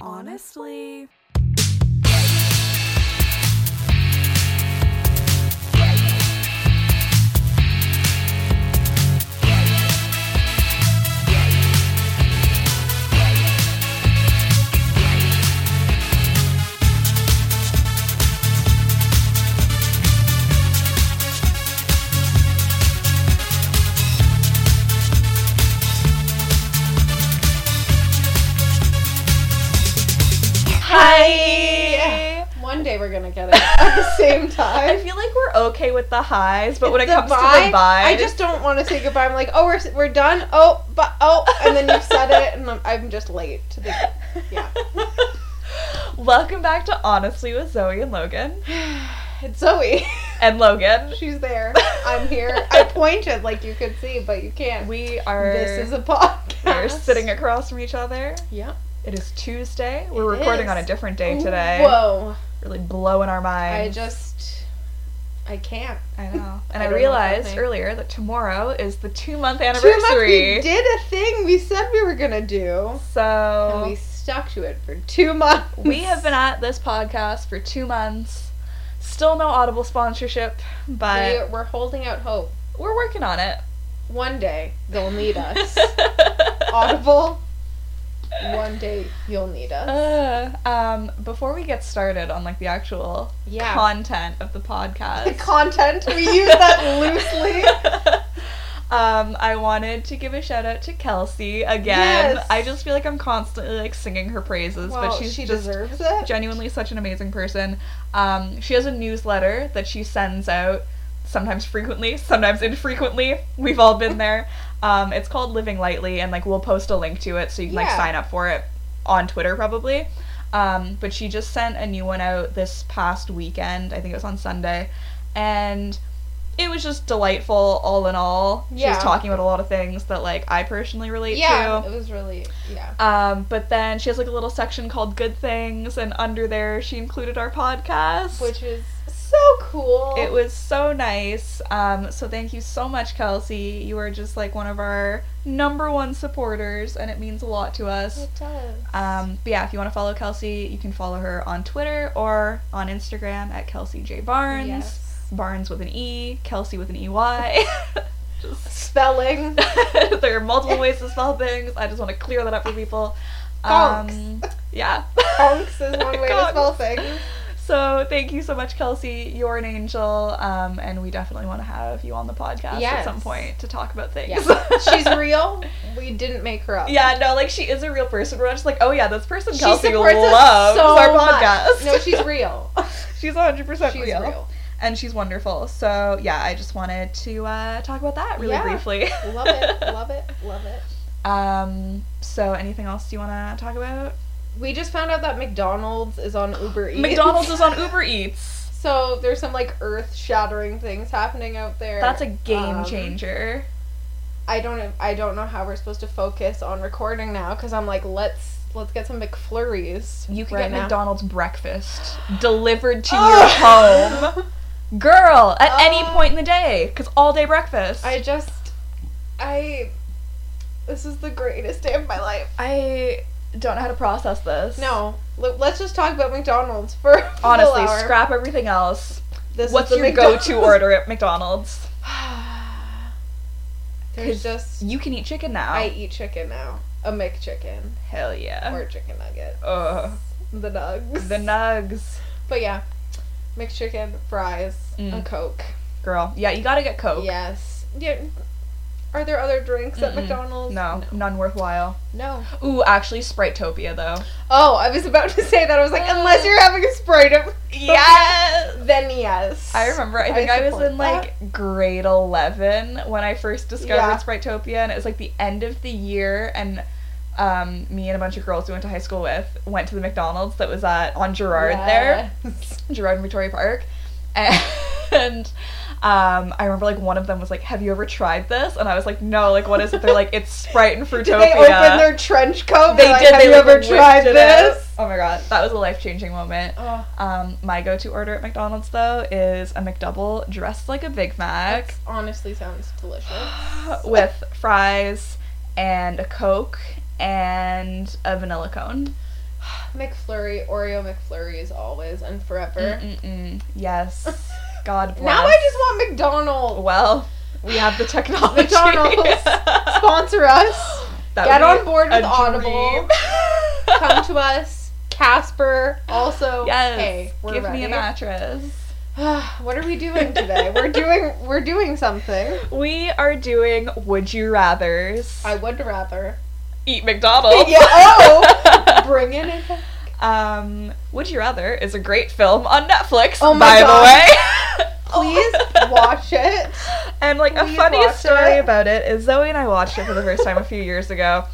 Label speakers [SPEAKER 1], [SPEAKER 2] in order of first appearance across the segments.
[SPEAKER 1] honestly.
[SPEAKER 2] Hi.
[SPEAKER 3] One day we're gonna get it at the same time.
[SPEAKER 2] I feel like we're okay with the highs, but when it
[SPEAKER 3] The
[SPEAKER 2] comes to
[SPEAKER 3] vibe,
[SPEAKER 2] the vibe,
[SPEAKER 3] I just don't want to say goodbye. I'm like, oh, we're we're done. Oh, but oh, and then you've said it, and I'm, I'm just late to the. Yeah.
[SPEAKER 2] Welcome back to Honestly with Zoe and Logan.
[SPEAKER 3] It's Zoe.
[SPEAKER 2] And Logan,
[SPEAKER 3] She's there. I'm here. I pointed like you could see, but you can't.
[SPEAKER 2] we are
[SPEAKER 3] This is a podcast.
[SPEAKER 2] we're sitting across from each other.
[SPEAKER 3] Yeah.
[SPEAKER 2] It is Tuesday. We're
[SPEAKER 3] It
[SPEAKER 2] recording
[SPEAKER 3] is.
[SPEAKER 2] on a different day today.
[SPEAKER 3] Whoa.
[SPEAKER 2] Really blowing our
[SPEAKER 3] I
[SPEAKER 2] minds.
[SPEAKER 3] just. I can't.
[SPEAKER 2] I know. And I,
[SPEAKER 3] I don't know
[SPEAKER 2] realized
[SPEAKER 3] nothing.
[SPEAKER 2] earlier that tomorrow is the two month
[SPEAKER 3] Too much. We
[SPEAKER 2] anniversary.
[SPEAKER 3] did a thing we said we were gonna do, and
[SPEAKER 2] So
[SPEAKER 3] we stuck to it for two months.
[SPEAKER 2] we have been at this podcast for two months. Still no audible sponsorship, but
[SPEAKER 3] We, we're holding out hope.
[SPEAKER 2] we're working on it.
[SPEAKER 3] One day they'll need us. Audible. One day you'll need us.
[SPEAKER 2] Uh, um, before we get started on like the actual
[SPEAKER 3] yeah.
[SPEAKER 2] content of the
[SPEAKER 3] the
[SPEAKER 2] podcast,
[SPEAKER 3] content we use that loosely.
[SPEAKER 2] um, I wanted to give a shout out to Kelsey again.
[SPEAKER 3] Yes.
[SPEAKER 2] I just feel like I'm constantly like singing her praises,
[SPEAKER 3] Well,
[SPEAKER 2] but she's
[SPEAKER 3] she
[SPEAKER 2] just
[SPEAKER 3] deserves it.
[SPEAKER 2] genuinely such an amazing person. Um, she has a newsletter that she sends out sometimes frequently, sometimes infrequently. We've all been there. Um, it's called Living Lightly, and like we'll post a link to it so you can like
[SPEAKER 3] Yeah.
[SPEAKER 2] sign up for it on Twitter probably. Um, but she just sent a new one out this past weekend. I think it was on Sunday, and it was just delightful all in all. She
[SPEAKER 3] Yeah.
[SPEAKER 2] was talking about a lot of things that like I personally relate to.
[SPEAKER 3] yeah, it was really yeah.
[SPEAKER 2] Um, but then she has like a little section called Good Things, and under there she included our podcast.
[SPEAKER 3] Which is so cool.
[SPEAKER 2] it was so nice. Um, so thank you so much, Kelsey. You are just like one of our number one supporters, and it means a lot to us.
[SPEAKER 3] It does.
[SPEAKER 2] Um, but yeah, if you want to follow Kelsey, you can follow her on Twitter or on Instagram at Kelsey J Barnes.
[SPEAKER 3] Yes.
[SPEAKER 2] Barnes with an E, Kelsey with an E Y. Just
[SPEAKER 3] Spelling.
[SPEAKER 2] there are multiple ways to spell things. I just want to clear that up for people. Um,
[SPEAKER 3] Conks.
[SPEAKER 2] yeah.
[SPEAKER 3] Conks is one way to spell
[SPEAKER 2] Conks.
[SPEAKER 3] things.
[SPEAKER 2] So thank you so much, Kelsey. You're an angel, um, and we definitely want to have you on the podcast at
[SPEAKER 3] Yes.
[SPEAKER 2] some point to talk about things.
[SPEAKER 3] Yeah. She's real. We didn't make her up.
[SPEAKER 2] Yeah, no, like she is a real person. We're just like, oh yeah, this person
[SPEAKER 3] She
[SPEAKER 2] Kelsey
[SPEAKER 3] supports us
[SPEAKER 2] loves
[SPEAKER 3] so
[SPEAKER 2] our
[SPEAKER 3] much.
[SPEAKER 2] podcast.
[SPEAKER 3] No, she's real.
[SPEAKER 2] she's 100 percent
[SPEAKER 3] She's
[SPEAKER 2] real.
[SPEAKER 3] real.
[SPEAKER 2] and she's wonderful. So yeah, I just wanted to uh, talk about that really
[SPEAKER 3] Yeah.
[SPEAKER 2] briefly.
[SPEAKER 3] Love it. Love it. Love it.
[SPEAKER 2] Um, so anything else you want to talk about?
[SPEAKER 3] We just found out that McDonald's is on Uber Eats.
[SPEAKER 2] McDonald's is on Uber Eats.
[SPEAKER 3] So there's some like earth shattering things happening out there.
[SPEAKER 2] That's a game
[SPEAKER 3] Um,
[SPEAKER 2] changer.
[SPEAKER 3] I don't e, I don't know how we're supposed to focus on recording now because I'm like let's let's get some McFlurries.
[SPEAKER 2] You can
[SPEAKER 3] right
[SPEAKER 2] get
[SPEAKER 3] now.
[SPEAKER 2] McDonald's breakfast delivered to your
[SPEAKER 3] Oh.
[SPEAKER 2] home, girl, at any
[SPEAKER 3] Oh.
[SPEAKER 2] point in the day, because all day breakfast.
[SPEAKER 3] I just I this is the greatest day of my life.
[SPEAKER 2] I don't know how to process this.
[SPEAKER 3] No, l- let's just talk about McDonald's for a full
[SPEAKER 2] honestly,
[SPEAKER 3] hour.
[SPEAKER 2] scrap everything else.
[SPEAKER 3] This
[SPEAKER 2] What's
[SPEAKER 3] is
[SPEAKER 2] your
[SPEAKER 3] the
[SPEAKER 2] go-to
[SPEAKER 3] McDonald's.
[SPEAKER 2] order at McDonald's?
[SPEAKER 3] There's
[SPEAKER 2] 'Cause
[SPEAKER 3] just
[SPEAKER 2] You can eat chicken now.
[SPEAKER 3] I eat chicken now. A McChicken
[SPEAKER 2] Hell yeah.
[SPEAKER 3] or chicken nugget.
[SPEAKER 2] Ugh.
[SPEAKER 3] The nugs.
[SPEAKER 2] Uh. The nugs,
[SPEAKER 3] But yeah, McChicken, fries,
[SPEAKER 2] Mm.
[SPEAKER 3] and Coke.
[SPEAKER 2] girl. Yeah, you gotta get Coke.
[SPEAKER 3] Yes. Yeah. Are there other drinks at
[SPEAKER 2] Mm-mm.
[SPEAKER 3] McDonald's?
[SPEAKER 2] No, none worthwhile.
[SPEAKER 3] No.
[SPEAKER 2] Ooh, actually, Sprite Topia though.
[SPEAKER 3] Oh, I was about to say that. I was like,
[SPEAKER 2] Uh.
[SPEAKER 3] unless you're having a Sprite, of-
[SPEAKER 2] Yes.
[SPEAKER 3] then yes.
[SPEAKER 2] I remember. I think I, was
[SPEAKER 3] support
[SPEAKER 2] in like grade eleven when I first discovered
[SPEAKER 3] Yeah.
[SPEAKER 2] Sprite Topia, and it was like the end of the year, and um, me and a bunch of girls we went to high school with went to the McDonald's that was at on Girard there.
[SPEAKER 3] that. Yes.
[SPEAKER 2] Gerard and Victoria Park. And um, I remember like one of them was like, Have you ever tried this? And I was like, No, like what is it? They're like, It's Sprite and Fruitopia.
[SPEAKER 3] Did they open their trench coat?
[SPEAKER 2] They
[SPEAKER 3] They're like,
[SPEAKER 2] did.
[SPEAKER 3] Have
[SPEAKER 2] they
[SPEAKER 3] you
[SPEAKER 2] like,
[SPEAKER 3] ever
[SPEAKER 2] whipped
[SPEAKER 3] tried
[SPEAKER 2] it out."
[SPEAKER 3] this?
[SPEAKER 2] Oh my god, that was a life changing moment.
[SPEAKER 3] Oh,
[SPEAKER 2] Um, my go to order at McDonald's though is a McDouble dressed like a Big Mac
[SPEAKER 3] that honestly sounds delicious.
[SPEAKER 2] with fries and a Coke and a vanilla cone.
[SPEAKER 3] McFlurry, Oreo McFlurry is always and forever.
[SPEAKER 2] Mm-mm-mm. Yes. God bless.
[SPEAKER 3] Now I just want McDonald's.
[SPEAKER 2] Well, we have the technology.
[SPEAKER 3] McDonald's. Sponsor us.
[SPEAKER 2] That
[SPEAKER 3] Get
[SPEAKER 2] would
[SPEAKER 3] on
[SPEAKER 2] be
[SPEAKER 3] board
[SPEAKER 2] a
[SPEAKER 3] with Audible.
[SPEAKER 2] dream.
[SPEAKER 3] Come to us. Casper. Also,
[SPEAKER 2] yes.
[SPEAKER 3] hey, we're
[SPEAKER 2] Give me a
[SPEAKER 3] ready.
[SPEAKER 2] mattress.
[SPEAKER 3] what are we doing today? we're doing we're doing something.
[SPEAKER 2] We are doing Would You Rathers.
[SPEAKER 3] I would rather.
[SPEAKER 2] eat McDonald's.
[SPEAKER 3] Yeah, oh! Bring it in.
[SPEAKER 2] um, Would You Rather is a great film on Netflix,
[SPEAKER 3] Oh my
[SPEAKER 2] by
[SPEAKER 3] God.
[SPEAKER 2] the way.
[SPEAKER 3] Please watch it.
[SPEAKER 2] And like a
[SPEAKER 3] Please
[SPEAKER 2] funny
[SPEAKER 3] watch
[SPEAKER 2] story
[SPEAKER 3] it.
[SPEAKER 2] about it is Zoe and I watched it for the first time a few years ago,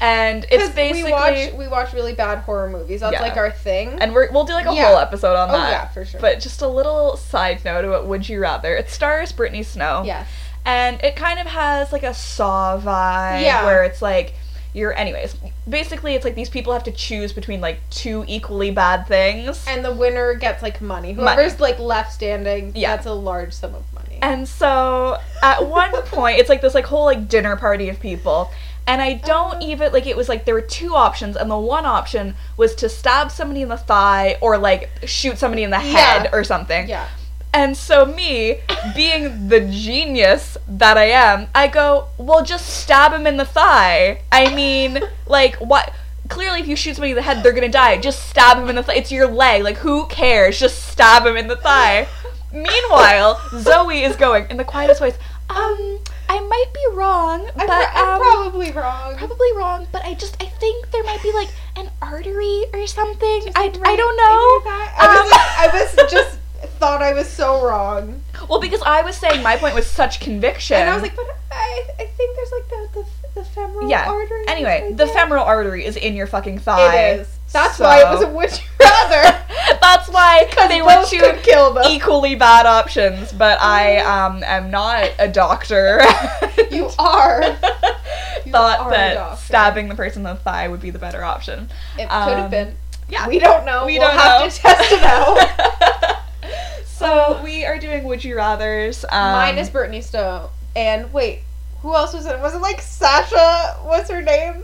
[SPEAKER 2] and it's
[SPEAKER 3] 'Cause
[SPEAKER 2] basically
[SPEAKER 3] we watch we watch really bad horror movies. That's
[SPEAKER 2] Yeah.
[SPEAKER 3] like our thing.
[SPEAKER 2] and we're, we'll do like a
[SPEAKER 3] Yeah.
[SPEAKER 2] whole episode on
[SPEAKER 3] oh
[SPEAKER 2] that.
[SPEAKER 3] yeah, for sure.
[SPEAKER 2] But just a little side note about Would You Rather. It stars Brittany Snow,
[SPEAKER 3] yes,
[SPEAKER 2] and it kind of has like a Saw vibe
[SPEAKER 3] Yeah.
[SPEAKER 2] where it's like. You're, anyways. Basically, it's like these people have to choose between like two equally bad things.
[SPEAKER 3] and the winner gets like money.
[SPEAKER 2] Money.
[SPEAKER 3] Whoever's like left standing
[SPEAKER 2] Yeah.
[SPEAKER 3] gets a large sum of money.
[SPEAKER 2] And so at one point, it's like this like whole like dinner party of people. And I
[SPEAKER 3] Uh-huh.
[SPEAKER 2] don't even like it was like there were two options, and the one option was to stab somebody in the thigh or like shoot somebody in the head
[SPEAKER 3] Yeah.
[SPEAKER 2] or something.
[SPEAKER 3] yeah,
[SPEAKER 2] And so me, being the genius that I am, I go, well, just stab him in the thigh. I mean, like what? Clearly, if you shoot somebody in the head, they're gonna die. Just stab him in the thigh. It's your leg. Like who cares? Just stab him in the thigh. Meanwhile, Zoe is going in the quietest voice. Um, I might be wrong, but
[SPEAKER 3] I'm, pro-
[SPEAKER 2] um,
[SPEAKER 3] I'm probably wrong.
[SPEAKER 2] probably wrong. But I just I think there might be like an artery or something.
[SPEAKER 3] Just,
[SPEAKER 2] I,
[SPEAKER 3] like,
[SPEAKER 2] I
[SPEAKER 3] right
[SPEAKER 2] don't
[SPEAKER 3] in
[SPEAKER 2] know. Um,
[SPEAKER 3] your back. I was I was just thought I was so wrong,
[SPEAKER 2] Well, because I was saying my point with such conviction.
[SPEAKER 3] and I was like, but I I think there's like the the, the femoral
[SPEAKER 2] Yeah.
[SPEAKER 3] artery.
[SPEAKER 2] anyway,
[SPEAKER 3] right
[SPEAKER 2] the
[SPEAKER 3] there.
[SPEAKER 2] femoral artery is in your fucking thigh.
[SPEAKER 3] It is. That's why it was a
[SPEAKER 2] So-
[SPEAKER 3] would you rather.
[SPEAKER 2] That's why they were
[SPEAKER 3] Both
[SPEAKER 2] two
[SPEAKER 3] could kill them.
[SPEAKER 2] equally bad options, but I um am not a doctor.
[SPEAKER 3] You are. You
[SPEAKER 2] Thought
[SPEAKER 3] are a
[SPEAKER 2] that
[SPEAKER 3] doctor.
[SPEAKER 2] stabbing the person in the thigh would be the better option.
[SPEAKER 3] It could
[SPEAKER 2] Um,
[SPEAKER 3] have been.
[SPEAKER 2] Yeah.
[SPEAKER 3] We don't know.
[SPEAKER 2] We
[SPEAKER 3] will
[SPEAKER 2] don't
[SPEAKER 3] have
[SPEAKER 2] know.
[SPEAKER 3] to test it out.
[SPEAKER 2] so we are doing would you rather's. Um,
[SPEAKER 3] Mine is Brittany Snow. And wait, who else was it? Was it like Sasha? What's her name?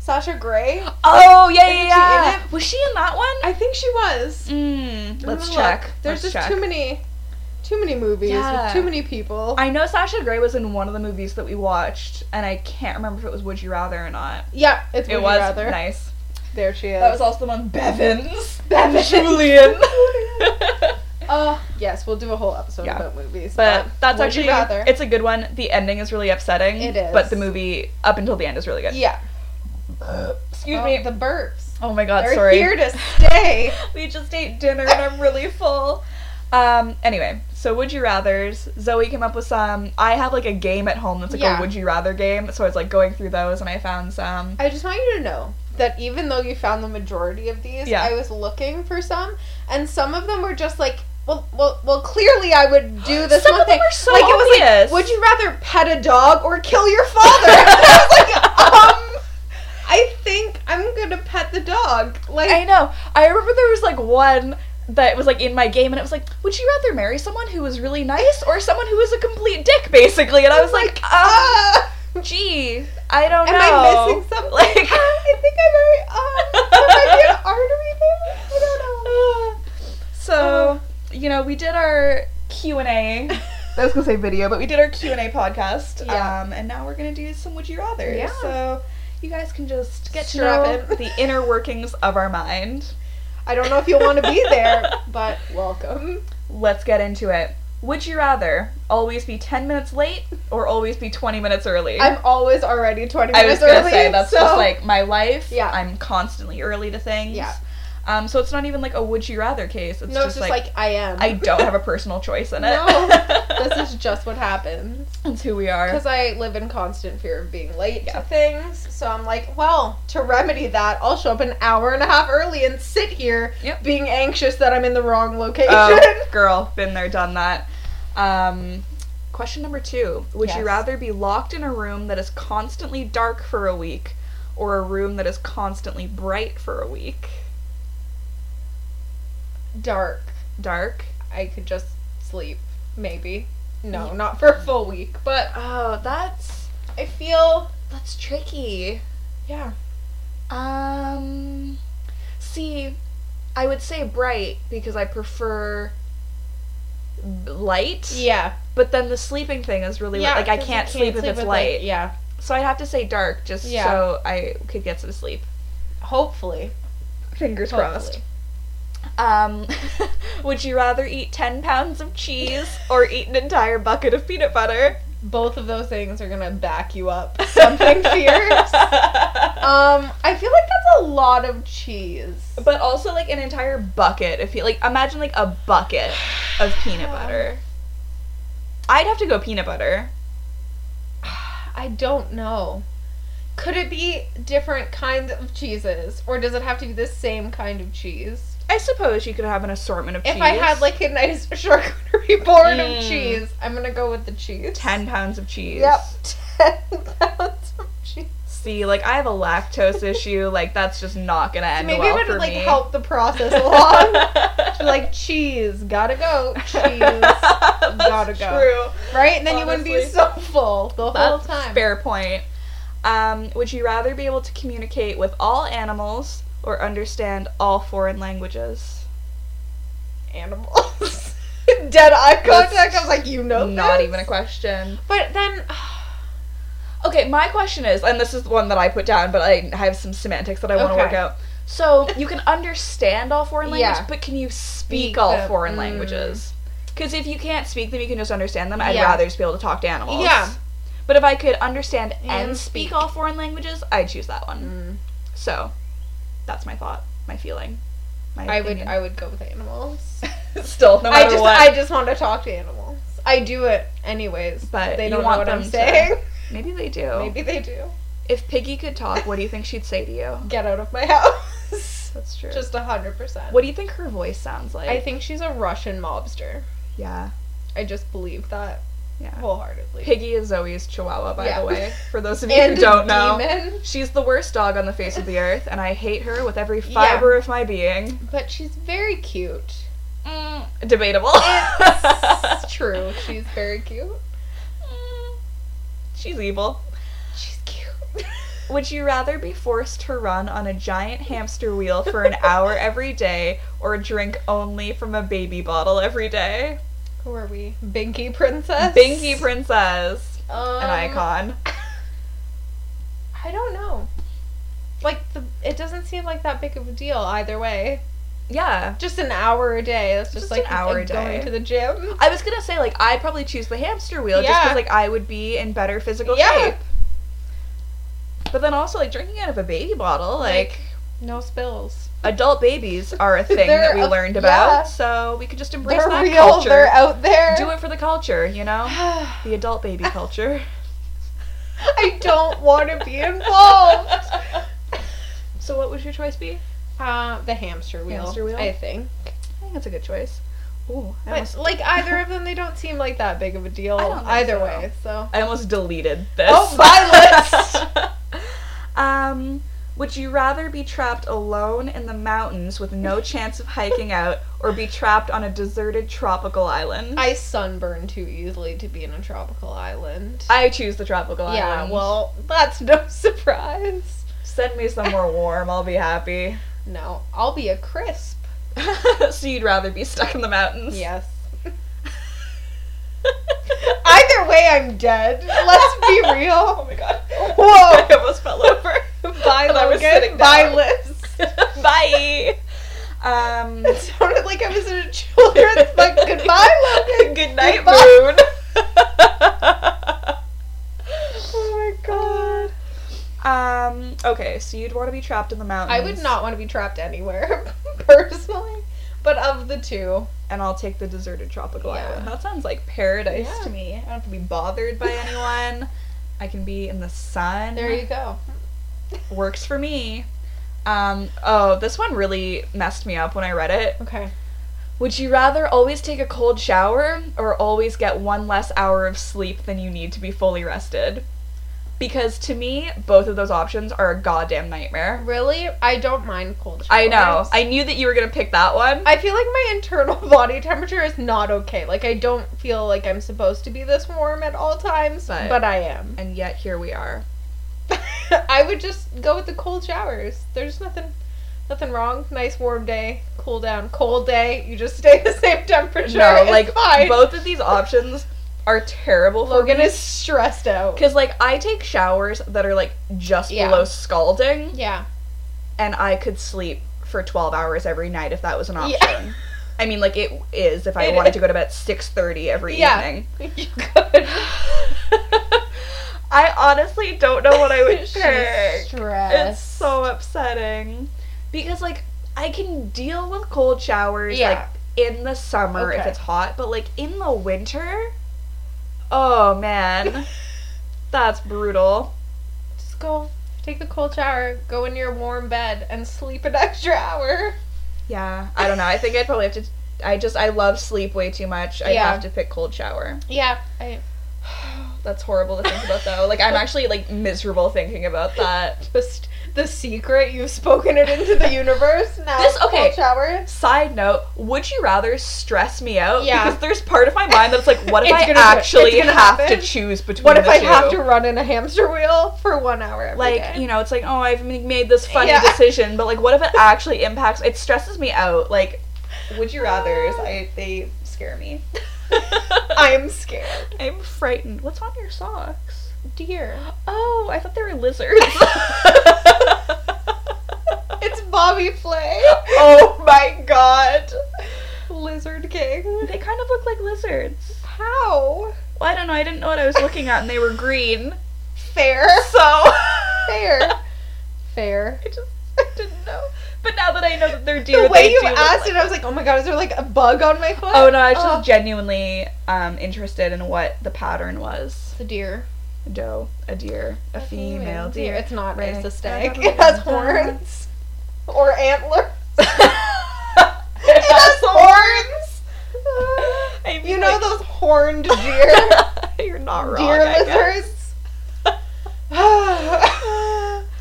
[SPEAKER 3] Sasha Grey?
[SPEAKER 2] Oh yeah yeah
[SPEAKER 3] Isn't she
[SPEAKER 2] yeah.
[SPEAKER 3] in
[SPEAKER 2] Was she in that one?
[SPEAKER 3] I think she was.
[SPEAKER 2] Mm,
[SPEAKER 3] I'm
[SPEAKER 2] let's
[SPEAKER 3] gonna Oh, look.
[SPEAKER 2] check.
[SPEAKER 3] There's
[SPEAKER 2] let's
[SPEAKER 3] just
[SPEAKER 2] check.
[SPEAKER 3] too many, too many movies
[SPEAKER 2] Yeah.
[SPEAKER 3] with too many people.
[SPEAKER 2] I know Sasha Grey was in one of the movies that we watched, and I can't remember if it was Would You Rather or not.
[SPEAKER 3] yeah, it's Would
[SPEAKER 2] it
[SPEAKER 3] You
[SPEAKER 2] was
[SPEAKER 3] rather.
[SPEAKER 2] nice.
[SPEAKER 3] There she is.
[SPEAKER 2] That was also the one Bevins.
[SPEAKER 3] Bevins.
[SPEAKER 2] Julian.
[SPEAKER 3] Uh, yes, we'll do a whole episode
[SPEAKER 2] Yeah.
[SPEAKER 3] about movies.
[SPEAKER 2] but that's
[SPEAKER 3] Would
[SPEAKER 2] actually
[SPEAKER 3] you rather.
[SPEAKER 2] it's a good one. The ending is really upsetting.
[SPEAKER 3] It is.
[SPEAKER 2] But the movie up until the end is really good.
[SPEAKER 3] yeah.
[SPEAKER 2] Excuse
[SPEAKER 3] Oh,
[SPEAKER 2] me.
[SPEAKER 3] The burps.
[SPEAKER 2] oh my god,
[SPEAKER 3] They're
[SPEAKER 2] sorry.
[SPEAKER 3] here to stay.
[SPEAKER 2] we just ate dinner and I'm really full. Um, anyway, so would you rather's. Zoe came up with some. I have like a game at home that's like
[SPEAKER 3] Yeah.
[SPEAKER 2] a would you rather game. So I was like going through those and I found some.
[SPEAKER 3] I just want you to know that even though you found the majority of these,
[SPEAKER 2] Yeah.
[SPEAKER 3] I was looking for some, and some of them were just like, well, well, well. Clearly, I would do this
[SPEAKER 2] Some
[SPEAKER 3] one
[SPEAKER 2] of them
[SPEAKER 3] thing.
[SPEAKER 2] are so
[SPEAKER 3] like it was
[SPEAKER 2] obvious.
[SPEAKER 3] like, would you rather pet a dog or kill your father? I was like, um, I think I'm gonna pet the dog. Like,
[SPEAKER 2] I know. I remember there was like one that was like in my game, and it was like, would you rather marry someone who was really nice or someone who was a complete dick, basically?
[SPEAKER 3] Oh
[SPEAKER 2] And I was like, um,
[SPEAKER 3] ah,
[SPEAKER 2] gee, I don't
[SPEAKER 3] am
[SPEAKER 2] know.
[SPEAKER 3] I missing something?
[SPEAKER 2] Like,
[SPEAKER 3] I think I
[SPEAKER 2] uh,
[SPEAKER 3] might. Um, there might be an artery there. I don't know.
[SPEAKER 2] so you know, we did our Q and A. I was gonna say video, but we did our Q and A podcast.
[SPEAKER 3] Yeah.
[SPEAKER 2] Um, and now we're gonna do some would you rather.
[SPEAKER 3] Yeah.
[SPEAKER 2] So you guys can just get to
[SPEAKER 3] Strap
[SPEAKER 2] know
[SPEAKER 3] in.
[SPEAKER 2] the inner workings of our mind.
[SPEAKER 3] I don't know if you'll want to be there, but welcome.
[SPEAKER 2] Let's get into it. Would you rather always be 10 minutes late or always be 20 minutes early?
[SPEAKER 3] I'm always already 20
[SPEAKER 2] I was
[SPEAKER 3] minutes
[SPEAKER 2] gonna
[SPEAKER 3] early.
[SPEAKER 2] say that's
[SPEAKER 3] so.
[SPEAKER 2] just like my life.
[SPEAKER 3] Yeah.
[SPEAKER 2] I'm constantly early to things.
[SPEAKER 3] Yeah.
[SPEAKER 2] Um, so it's not even like a would you rather case. It's,
[SPEAKER 3] no,
[SPEAKER 2] just,
[SPEAKER 3] it's just
[SPEAKER 2] like,
[SPEAKER 3] like, I am.
[SPEAKER 2] I don't have a personal choice in it.
[SPEAKER 3] No, this is just what happens
[SPEAKER 2] That's who we are.
[SPEAKER 3] because I live in constant fear of being late
[SPEAKER 2] Yeah.
[SPEAKER 3] to things. So I'm like, well, to remedy that, I'll show up an hour and a half early and sit here
[SPEAKER 2] Yep.
[SPEAKER 3] being anxious that I'm in the wrong location.
[SPEAKER 2] Oh, girl, been there, done that. Um, question number two Would you
[SPEAKER 3] Yes.
[SPEAKER 2] rather be locked in a room that is constantly dark for a week or a room that is constantly bright for a week?
[SPEAKER 3] Dark.
[SPEAKER 2] Dark.
[SPEAKER 3] I could just sleep, maybe. No, not for a full week, but
[SPEAKER 2] Oh, that's
[SPEAKER 3] I feel
[SPEAKER 2] that's tricky.
[SPEAKER 3] yeah.
[SPEAKER 2] Um see, I would say bright because I prefer b- light.
[SPEAKER 3] Yeah.
[SPEAKER 2] But then the sleeping thing is really what, like I
[SPEAKER 3] 'cause you
[SPEAKER 2] can't sleep if it's
[SPEAKER 3] with
[SPEAKER 2] light.
[SPEAKER 3] Yeah.
[SPEAKER 2] So I'd have to say dark just
[SPEAKER 3] Yeah.
[SPEAKER 2] so I could get some sleep.
[SPEAKER 3] Hopefully.
[SPEAKER 2] Fingers
[SPEAKER 3] Hopefully.
[SPEAKER 2] crossed. Um, would you rather eat 10 pounds of cheese or eat an entire bucket of peanut butter?
[SPEAKER 3] Both of those things are gonna back you up. Something fierce. Um, I feel like that's a lot of cheese.
[SPEAKER 2] But also like an entire bucket. If you like, imagine like a bucket of peanut butter. I'd have to go peanut butter.
[SPEAKER 3] I don't know. Could it be different kinds of cheeses, or does it have to be the same kind of cheese?
[SPEAKER 2] I suppose you could have an assortment of cheese.
[SPEAKER 3] If I had like a nice charcuterie board
[SPEAKER 2] Mm.
[SPEAKER 3] of cheese, I'm gonna go with the cheese.
[SPEAKER 2] ten pounds of cheese.
[SPEAKER 3] Yep. Ten pounds of cheese.
[SPEAKER 2] See, like I have a lactose issue. Like that's just not gonna end
[SPEAKER 3] Maybe
[SPEAKER 2] well
[SPEAKER 3] it
[SPEAKER 2] for
[SPEAKER 3] would like
[SPEAKER 2] me.
[SPEAKER 3] help the process along. like cheese, gotta go. Cheese, gotta
[SPEAKER 2] gotta
[SPEAKER 3] go.
[SPEAKER 2] True.
[SPEAKER 3] right? And then you wouldn't be
[SPEAKER 2] Honestly.
[SPEAKER 3] so full the whole
[SPEAKER 2] That's
[SPEAKER 3] time.
[SPEAKER 2] fair point. Um, would you rather be able to communicate with all animals or understand all foreign languages?
[SPEAKER 3] Animals. Dead eye contact. I was like, you know,
[SPEAKER 2] Not
[SPEAKER 3] this?
[SPEAKER 2] even a question.
[SPEAKER 3] But then,
[SPEAKER 2] Okay, my question is, and this is one that I put down, but I have some semantics that I want to
[SPEAKER 3] Okay.
[SPEAKER 2] work out. So you can understand all foreign languages,
[SPEAKER 3] Yeah.
[SPEAKER 2] but can you speak,
[SPEAKER 3] Speak
[SPEAKER 2] all
[SPEAKER 3] them.
[SPEAKER 2] foreign
[SPEAKER 3] Mm.
[SPEAKER 2] languages? Because if you can't speak them, you can just understand them. I'd
[SPEAKER 3] Yeah.
[SPEAKER 2] rather just be able to talk to animals.
[SPEAKER 3] Yeah.
[SPEAKER 2] But if I could understand and,
[SPEAKER 3] And
[SPEAKER 2] speak. Mm.
[SPEAKER 3] speak.
[SPEAKER 2] all foreign languages, I'd choose that one. So, that's my thought, my feeling, my
[SPEAKER 3] I would, I would go with animals.
[SPEAKER 2] would still no matter
[SPEAKER 3] I just,
[SPEAKER 2] what.
[SPEAKER 3] I just want to talk to animals. I do it anyways,
[SPEAKER 2] But
[SPEAKER 3] but they
[SPEAKER 2] you
[SPEAKER 3] don't
[SPEAKER 2] want
[SPEAKER 3] know what I'm
[SPEAKER 2] them to-
[SPEAKER 3] saying.
[SPEAKER 2] Maybe they do.
[SPEAKER 3] Maybe they do.
[SPEAKER 2] If Piggy could talk, what do you think she'd say to you?
[SPEAKER 3] Get out of my house.
[SPEAKER 2] That's true.
[SPEAKER 3] Just hundred percent.
[SPEAKER 2] what do you think her voice sounds like?
[SPEAKER 3] I think she's a Russian mobster.
[SPEAKER 2] yeah,
[SPEAKER 3] I just believe that
[SPEAKER 2] yeah.
[SPEAKER 3] wholeheartedly.
[SPEAKER 2] Piggy is Zoe's chihuahua, by
[SPEAKER 3] Yeah.
[SPEAKER 2] the way. For those of you
[SPEAKER 3] and
[SPEAKER 2] who don't
[SPEAKER 3] a
[SPEAKER 2] know,
[SPEAKER 3] demon,
[SPEAKER 2] she's the worst dog on the face of the earth, and I hate her with every fiber of my being.
[SPEAKER 3] but she's very cute.
[SPEAKER 2] Mm, debatable.
[SPEAKER 3] It's true. She's very cute.
[SPEAKER 2] Mm, she's evil.
[SPEAKER 3] She's cute.
[SPEAKER 2] Would you rather be forced to run on a giant hamster wheel for an hour every day or drink only from a baby bottle every day?
[SPEAKER 3] Who are we? Binky Princess?
[SPEAKER 2] Binky Princess,
[SPEAKER 3] Um,
[SPEAKER 2] an icon.
[SPEAKER 3] I don't know. Like, the, it doesn't seem like that big of a deal either way.
[SPEAKER 2] Yeah.
[SPEAKER 3] Just an hour a day. That's just,
[SPEAKER 2] Just
[SPEAKER 3] like
[SPEAKER 2] an hour a
[SPEAKER 3] like going
[SPEAKER 2] day.
[SPEAKER 3] to the gym.
[SPEAKER 2] I was gonna say, like, I'd probably choose the hamster wheel just
[SPEAKER 3] Yeah.
[SPEAKER 2] because, like, I would be in better physical
[SPEAKER 3] Yeah.
[SPEAKER 2] shape. But then also, like, drinking out of a baby bottle, like,
[SPEAKER 3] Like, no spills.
[SPEAKER 2] adult babies are a thing
[SPEAKER 3] They're
[SPEAKER 2] that we
[SPEAKER 3] a-
[SPEAKER 2] learned about,
[SPEAKER 3] yeah.
[SPEAKER 2] so we could just embrace
[SPEAKER 3] They're
[SPEAKER 2] that
[SPEAKER 3] real.
[SPEAKER 2] culture.
[SPEAKER 3] They're out there.
[SPEAKER 2] Do it for the culture, you know? The adult baby culture.
[SPEAKER 3] I don't want to be involved.
[SPEAKER 2] So what would your choice be?
[SPEAKER 3] Uh, the hamster wheel.
[SPEAKER 2] Hamster wheel?
[SPEAKER 3] I think.
[SPEAKER 2] I think that's a good choice. Ooh, I,
[SPEAKER 3] But
[SPEAKER 2] almost,
[SPEAKER 3] like either of them, they don't seem like that big of a deal
[SPEAKER 2] I don't think
[SPEAKER 3] either
[SPEAKER 2] so.
[SPEAKER 3] way. So
[SPEAKER 2] I almost deleted this.
[SPEAKER 3] Oh, my
[SPEAKER 2] list! um, would you rather be trapped alone in the mountains with no chance of hiking out or be trapped on a deserted tropical island?
[SPEAKER 3] I sunburn too easily to be in a tropical island.
[SPEAKER 2] I choose the tropical
[SPEAKER 3] yeah,
[SPEAKER 2] island.
[SPEAKER 3] well, that's no surprise.
[SPEAKER 2] Send me somewhere warm, I'll be happy.
[SPEAKER 3] No, I'll be a crisp.
[SPEAKER 2] so you'd rather be stuck in the mountains?
[SPEAKER 3] Yes. Either way, I'm dead. Let's be
[SPEAKER 2] Oh
[SPEAKER 3] real.
[SPEAKER 2] my god.
[SPEAKER 3] Whoa.
[SPEAKER 2] I almost fell over.
[SPEAKER 3] Bye,
[SPEAKER 2] And I was
[SPEAKER 3] Logan.
[SPEAKER 2] sitting
[SPEAKER 3] Bye,
[SPEAKER 2] down.
[SPEAKER 3] Liz.
[SPEAKER 2] Bye. Um,
[SPEAKER 3] It sounded like I was in a children's like goodbye, Logan.
[SPEAKER 2] Good night,
[SPEAKER 3] Goodbye.
[SPEAKER 2] moon.
[SPEAKER 3] Oh my god.
[SPEAKER 2] um, okay, so you'd want to be trapped in the mountains.
[SPEAKER 3] I would not want to be trapped anywhere, personally. But of the two,
[SPEAKER 2] And I'll take the deserted tropical
[SPEAKER 3] Yeah.
[SPEAKER 2] island. That sounds like paradise
[SPEAKER 3] Yeah.
[SPEAKER 2] to me. I don't have to be bothered by anyone. I can be in the sun.
[SPEAKER 3] there you go.
[SPEAKER 2] Works for me. Um, oh, this one really messed me up when I read it.
[SPEAKER 3] Okay.
[SPEAKER 2] Would you rather always take a cold shower or always get one less hour of sleep than you need to be fully rested? Because to me, both of those options are a goddamn nightmare.
[SPEAKER 3] Really, I don't mind cold showers.
[SPEAKER 2] I know. I knew that you were gonna pick that one.
[SPEAKER 3] I feel like my internal body temperature is not okay. Like I don't feel like I'm supposed to be this warm at all times,
[SPEAKER 2] But-
[SPEAKER 3] but, I am.
[SPEAKER 2] and yet here we are.
[SPEAKER 3] I would just go with the cold showers. There's nothing Nothing wrong. Nice warm day, cool down. Cold day, you just stay the same temperature.
[SPEAKER 2] no,
[SPEAKER 3] it's
[SPEAKER 2] like
[SPEAKER 3] fine.
[SPEAKER 2] both of these options are terrible for
[SPEAKER 3] Logan
[SPEAKER 2] me.
[SPEAKER 3] is stressed out.
[SPEAKER 2] Cause like I take showers that are like just
[SPEAKER 3] Yeah.
[SPEAKER 2] below scalding,
[SPEAKER 3] Yeah.
[SPEAKER 2] and I could sleep for twelve hours every night if that was an option.
[SPEAKER 3] Yeah.
[SPEAKER 2] I mean, like it is if I
[SPEAKER 3] It
[SPEAKER 2] wanted
[SPEAKER 3] is.
[SPEAKER 2] to go to bed at six thirty every
[SPEAKER 3] Yeah.
[SPEAKER 2] evening.
[SPEAKER 3] you could.
[SPEAKER 2] I honestly don't know what I would
[SPEAKER 3] She's
[SPEAKER 2] pick. It's
[SPEAKER 3] stressed.
[SPEAKER 2] so upsetting because like I can deal with cold showers
[SPEAKER 3] Yeah.
[SPEAKER 2] like in the summer if
[SPEAKER 3] Okay.
[SPEAKER 2] it's hot, but like in the winter, oh man, that's brutal.
[SPEAKER 3] Just go take the cold shower, go in your warm bed, and sleep an extra hour.
[SPEAKER 2] Yeah, I don't know. I think I'd probably have to. I just I love sleep way too much. I would
[SPEAKER 3] Yeah.
[SPEAKER 2] have to pick cold shower.
[SPEAKER 3] Yeah. I,
[SPEAKER 2] That's horrible to think about though. Like I'm actually like miserable thinking about that.
[SPEAKER 3] just the secret you've spoken it into the universe now.
[SPEAKER 2] This- okay.
[SPEAKER 3] Cold shower.
[SPEAKER 2] Side note: Would you rather stress me out?
[SPEAKER 3] Yeah.
[SPEAKER 2] Because there's part of my mind that's like, what if
[SPEAKER 3] It's
[SPEAKER 2] I
[SPEAKER 3] gonna happen.
[SPEAKER 2] actually
[SPEAKER 3] It's
[SPEAKER 2] have
[SPEAKER 3] gonna happen.
[SPEAKER 2] to choose between?
[SPEAKER 3] What if
[SPEAKER 2] the
[SPEAKER 3] I
[SPEAKER 2] two?
[SPEAKER 3] have to run in a hamster wheel for one hour every
[SPEAKER 2] like
[SPEAKER 3] day?
[SPEAKER 2] you know it's like oh i've m- made this funny
[SPEAKER 3] Yeah.
[SPEAKER 2] decision but like what if it actually impacts it stresses me out like would you rather's i they scare me
[SPEAKER 3] I'm scared.
[SPEAKER 2] i'm frightened what's on your socks
[SPEAKER 3] Dear.
[SPEAKER 2] oh i thought they were lizards
[SPEAKER 3] It's Bobby Flay.
[SPEAKER 2] oh my god
[SPEAKER 3] Lizard King.
[SPEAKER 2] they kind of look like lizards
[SPEAKER 3] How?
[SPEAKER 2] well, i don't know i didn't know what i was looking at and they were green
[SPEAKER 3] Fair.
[SPEAKER 2] so
[SPEAKER 3] Fair. Fair.
[SPEAKER 2] i just didn't know but now that i know that they're deer
[SPEAKER 3] The way
[SPEAKER 2] they
[SPEAKER 3] you
[SPEAKER 2] do look
[SPEAKER 3] asked
[SPEAKER 2] like
[SPEAKER 3] it, I was like, oh my god, is there like a bug on my foot?
[SPEAKER 2] Oh no, I was just
[SPEAKER 3] Oh.
[SPEAKER 2] genuinely um, interested in what the pattern was.
[SPEAKER 3] It's a deer.
[SPEAKER 2] A doe, a deer, a, female deer.
[SPEAKER 3] It's not
[SPEAKER 2] Right.
[SPEAKER 3] racist. It's a stag.
[SPEAKER 2] Da-da-da-da-da.
[SPEAKER 3] It has horns. Or antler.
[SPEAKER 2] it
[SPEAKER 3] It has
[SPEAKER 2] has
[SPEAKER 3] horns.
[SPEAKER 2] I mean,
[SPEAKER 3] You know
[SPEAKER 2] like-
[SPEAKER 3] those horned deer?
[SPEAKER 2] You're not wrong.
[SPEAKER 3] deer
[SPEAKER 2] I guess.
[SPEAKER 3] lizards.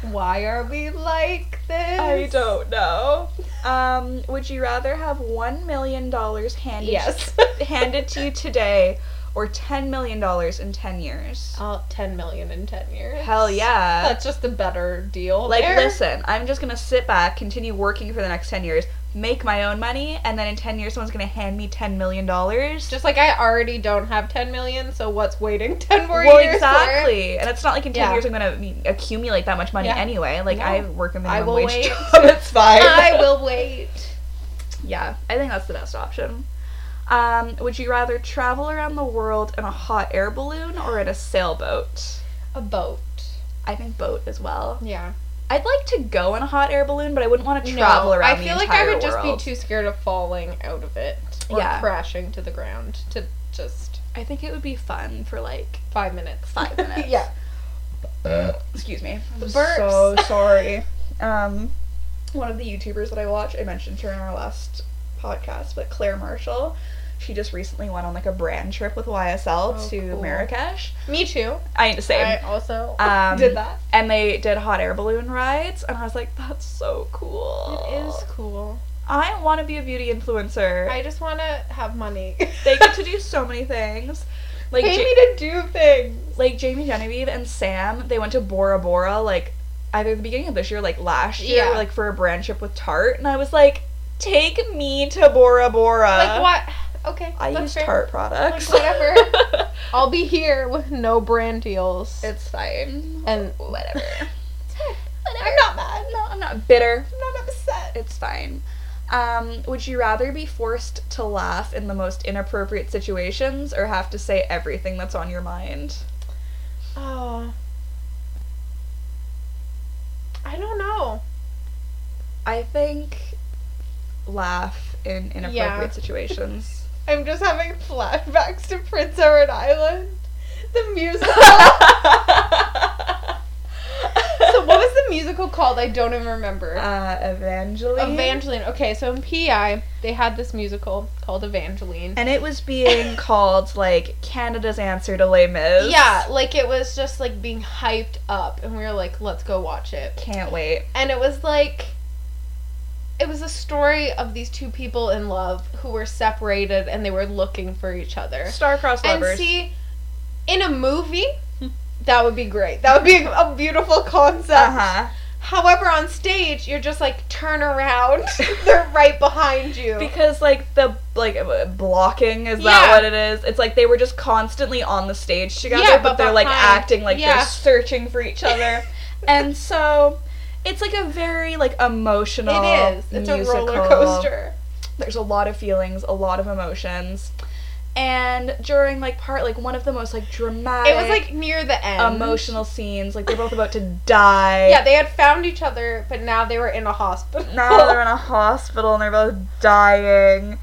[SPEAKER 3] Why are we like this?
[SPEAKER 2] I don't know. Um, would you rather have one million dollars handed
[SPEAKER 3] Yes.
[SPEAKER 2] handed to you today, or ten million dollars in ten years?
[SPEAKER 3] I'll- 10 million in 10 years.
[SPEAKER 2] Hell yeah.
[SPEAKER 3] That's just a better deal.
[SPEAKER 2] Like,
[SPEAKER 3] there.
[SPEAKER 2] listen, I'm just gonna sit back, continue working for the next 10 years, make my own money, and then in 10 years, someone's gonna hand me $10 million.
[SPEAKER 3] Just like I already don't have 10 million, so what's waiting 10 more
[SPEAKER 2] well,
[SPEAKER 3] years? for?
[SPEAKER 2] exactly. And it's not like in 10
[SPEAKER 3] Yeah.
[SPEAKER 2] years I'm gonna I mean, accumulate that much money
[SPEAKER 3] Yeah.
[SPEAKER 2] anyway. Like,
[SPEAKER 3] No.
[SPEAKER 2] I work a minimum
[SPEAKER 3] I will
[SPEAKER 2] wage
[SPEAKER 3] wait.
[SPEAKER 2] job. It's fine.
[SPEAKER 3] I will wait.
[SPEAKER 2] Yeah, I think that's the best option. Um, would you rather travel around the world in a hot air balloon or in a sailboat?
[SPEAKER 3] A boat.
[SPEAKER 2] I think boat as well.
[SPEAKER 3] Yeah.
[SPEAKER 2] I'd like to go in a hot air balloon, but I wouldn't want to
[SPEAKER 3] No,
[SPEAKER 2] travel around.
[SPEAKER 3] I
[SPEAKER 2] the
[SPEAKER 3] feel like I
[SPEAKER 2] entire
[SPEAKER 3] would just be
[SPEAKER 2] world.
[SPEAKER 3] too scared of falling out of it or
[SPEAKER 2] Yeah.
[SPEAKER 3] crashing to the ground to just
[SPEAKER 2] I think it would be fun for like
[SPEAKER 3] five minutes.
[SPEAKER 2] Five minutes.
[SPEAKER 3] yeah.
[SPEAKER 2] excuse me.
[SPEAKER 3] The
[SPEAKER 2] I'm
[SPEAKER 3] burps.
[SPEAKER 2] so sorry. Um, one of the YouTubers that I watch, I mentioned her in our last podcast, but Claire Marshall, she just recently went on like a brand trip with YSL
[SPEAKER 3] Oh,
[SPEAKER 2] to
[SPEAKER 3] cool.
[SPEAKER 2] Marrakesh.
[SPEAKER 3] Me too.
[SPEAKER 2] I ain't the same.
[SPEAKER 3] I also
[SPEAKER 2] Um,
[SPEAKER 3] did that.
[SPEAKER 2] and they did hot air balloon rides, and I was like, that's so cool.
[SPEAKER 3] It is cool.
[SPEAKER 2] I want to be a beauty influencer.
[SPEAKER 3] I just want to have money.
[SPEAKER 2] they get to do so many things. Like,
[SPEAKER 3] pay
[SPEAKER 2] Ja-
[SPEAKER 3] me to do things.
[SPEAKER 2] like Jamie Genevieve and Sam, they went to Bora Bora like either the beginning of this year, like last year,
[SPEAKER 3] Yeah.
[SPEAKER 2] like for a brand trip with Tarte, and I was like, take me to Bora Bora.
[SPEAKER 3] like what? Okay,
[SPEAKER 2] Uh, I
[SPEAKER 3] that's
[SPEAKER 2] use
[SPEAKER 3] fair.
[SPEAKER 2] Tarte products.
[SPEAKER 3] Like, whatever. I'll be here with no brand deals.
[SPEAKER 2] it's fine.
[SPEAKER 3] and
[SPEAKER 2] Whatever.
[SPEAKER 3] whatever.
[SPEAKER 2] I'm not mad. No, I'm not bitter.
[SPEAKER 3] I'm not upset.
[SPEAKER 2] It's fine. Um, would you rather be forced to laugh in the most inappropriate situations or have to say everything that's on your mind?
[SPEAKER 3] Oh. I don't know.
[SPEAKER 2] I think laugh in inappropriate
[SPEAKER 3] Yeah.
[SPEAKER 2] situations.
[SPEAKER 3] I'm just having flashbacks to Prince Edward Island. The musical. so what was the musical called? I don't even remember.
[SPEAKER 2] uh, Evangeline.
[SPEAKER 3] Evangeline. Okay, so in PI, they had this musical called Evangeline.
[SPEAKER 2] And it was being called like Canada's answer to Les Mis.
[SPEAKER 3] Yeah, like it was just like being hyped up, and we were like, let's go watch it.
[SPEAKER 2] Can't wait.
[SPEAKER 3] And it was like, it was a story of these two people in love who were separated and they were looking for each other.
[SPEAKER 2] Star-crossed lovers.
[SPEAKER 3] And see, in a movie, that would be great. That would be a beautiful concept.
[SPEAKER 2] uh huh.
[SPEAKER 3] However, on stage, you're just like, turn around. They're right behind you.
[SPEAKER 2] Because like the like uh, blocking is that
[SPEAKER 3] Yeah.
[SPEAKER 2] what it is? It's like they were just constantly on the stage together,
[SPEAKER 3] Yeah,
[SPEAKER 2] but,
[SPEAKER 3] but
[SPEAKER 2] they're like
[SPEAKER 3] behind-
[SPEAKER 2] acting like
[SPEAKER 3] yeah.
[SPEAKER 2] they're searching for each other, and so it's like a very like emotional.
[SPEAKER 3] it is. It's
[SPEAKER 2] musical.
[SPEAKER 3] a roller coaster.
[SPEAKER 2] There's a lot of feelings, a lot of emotions, and during like part like one of the most like dramatic,
[SPEAKER 3] It was like near the end.
[SPEAKER 2] emotional scenes, like they're both about to die.
[SPEAKER 3] Yeah, they had found each other, but now they were in a hospital.
[SPEAKER 2] now they're in a hospital and they're both dying.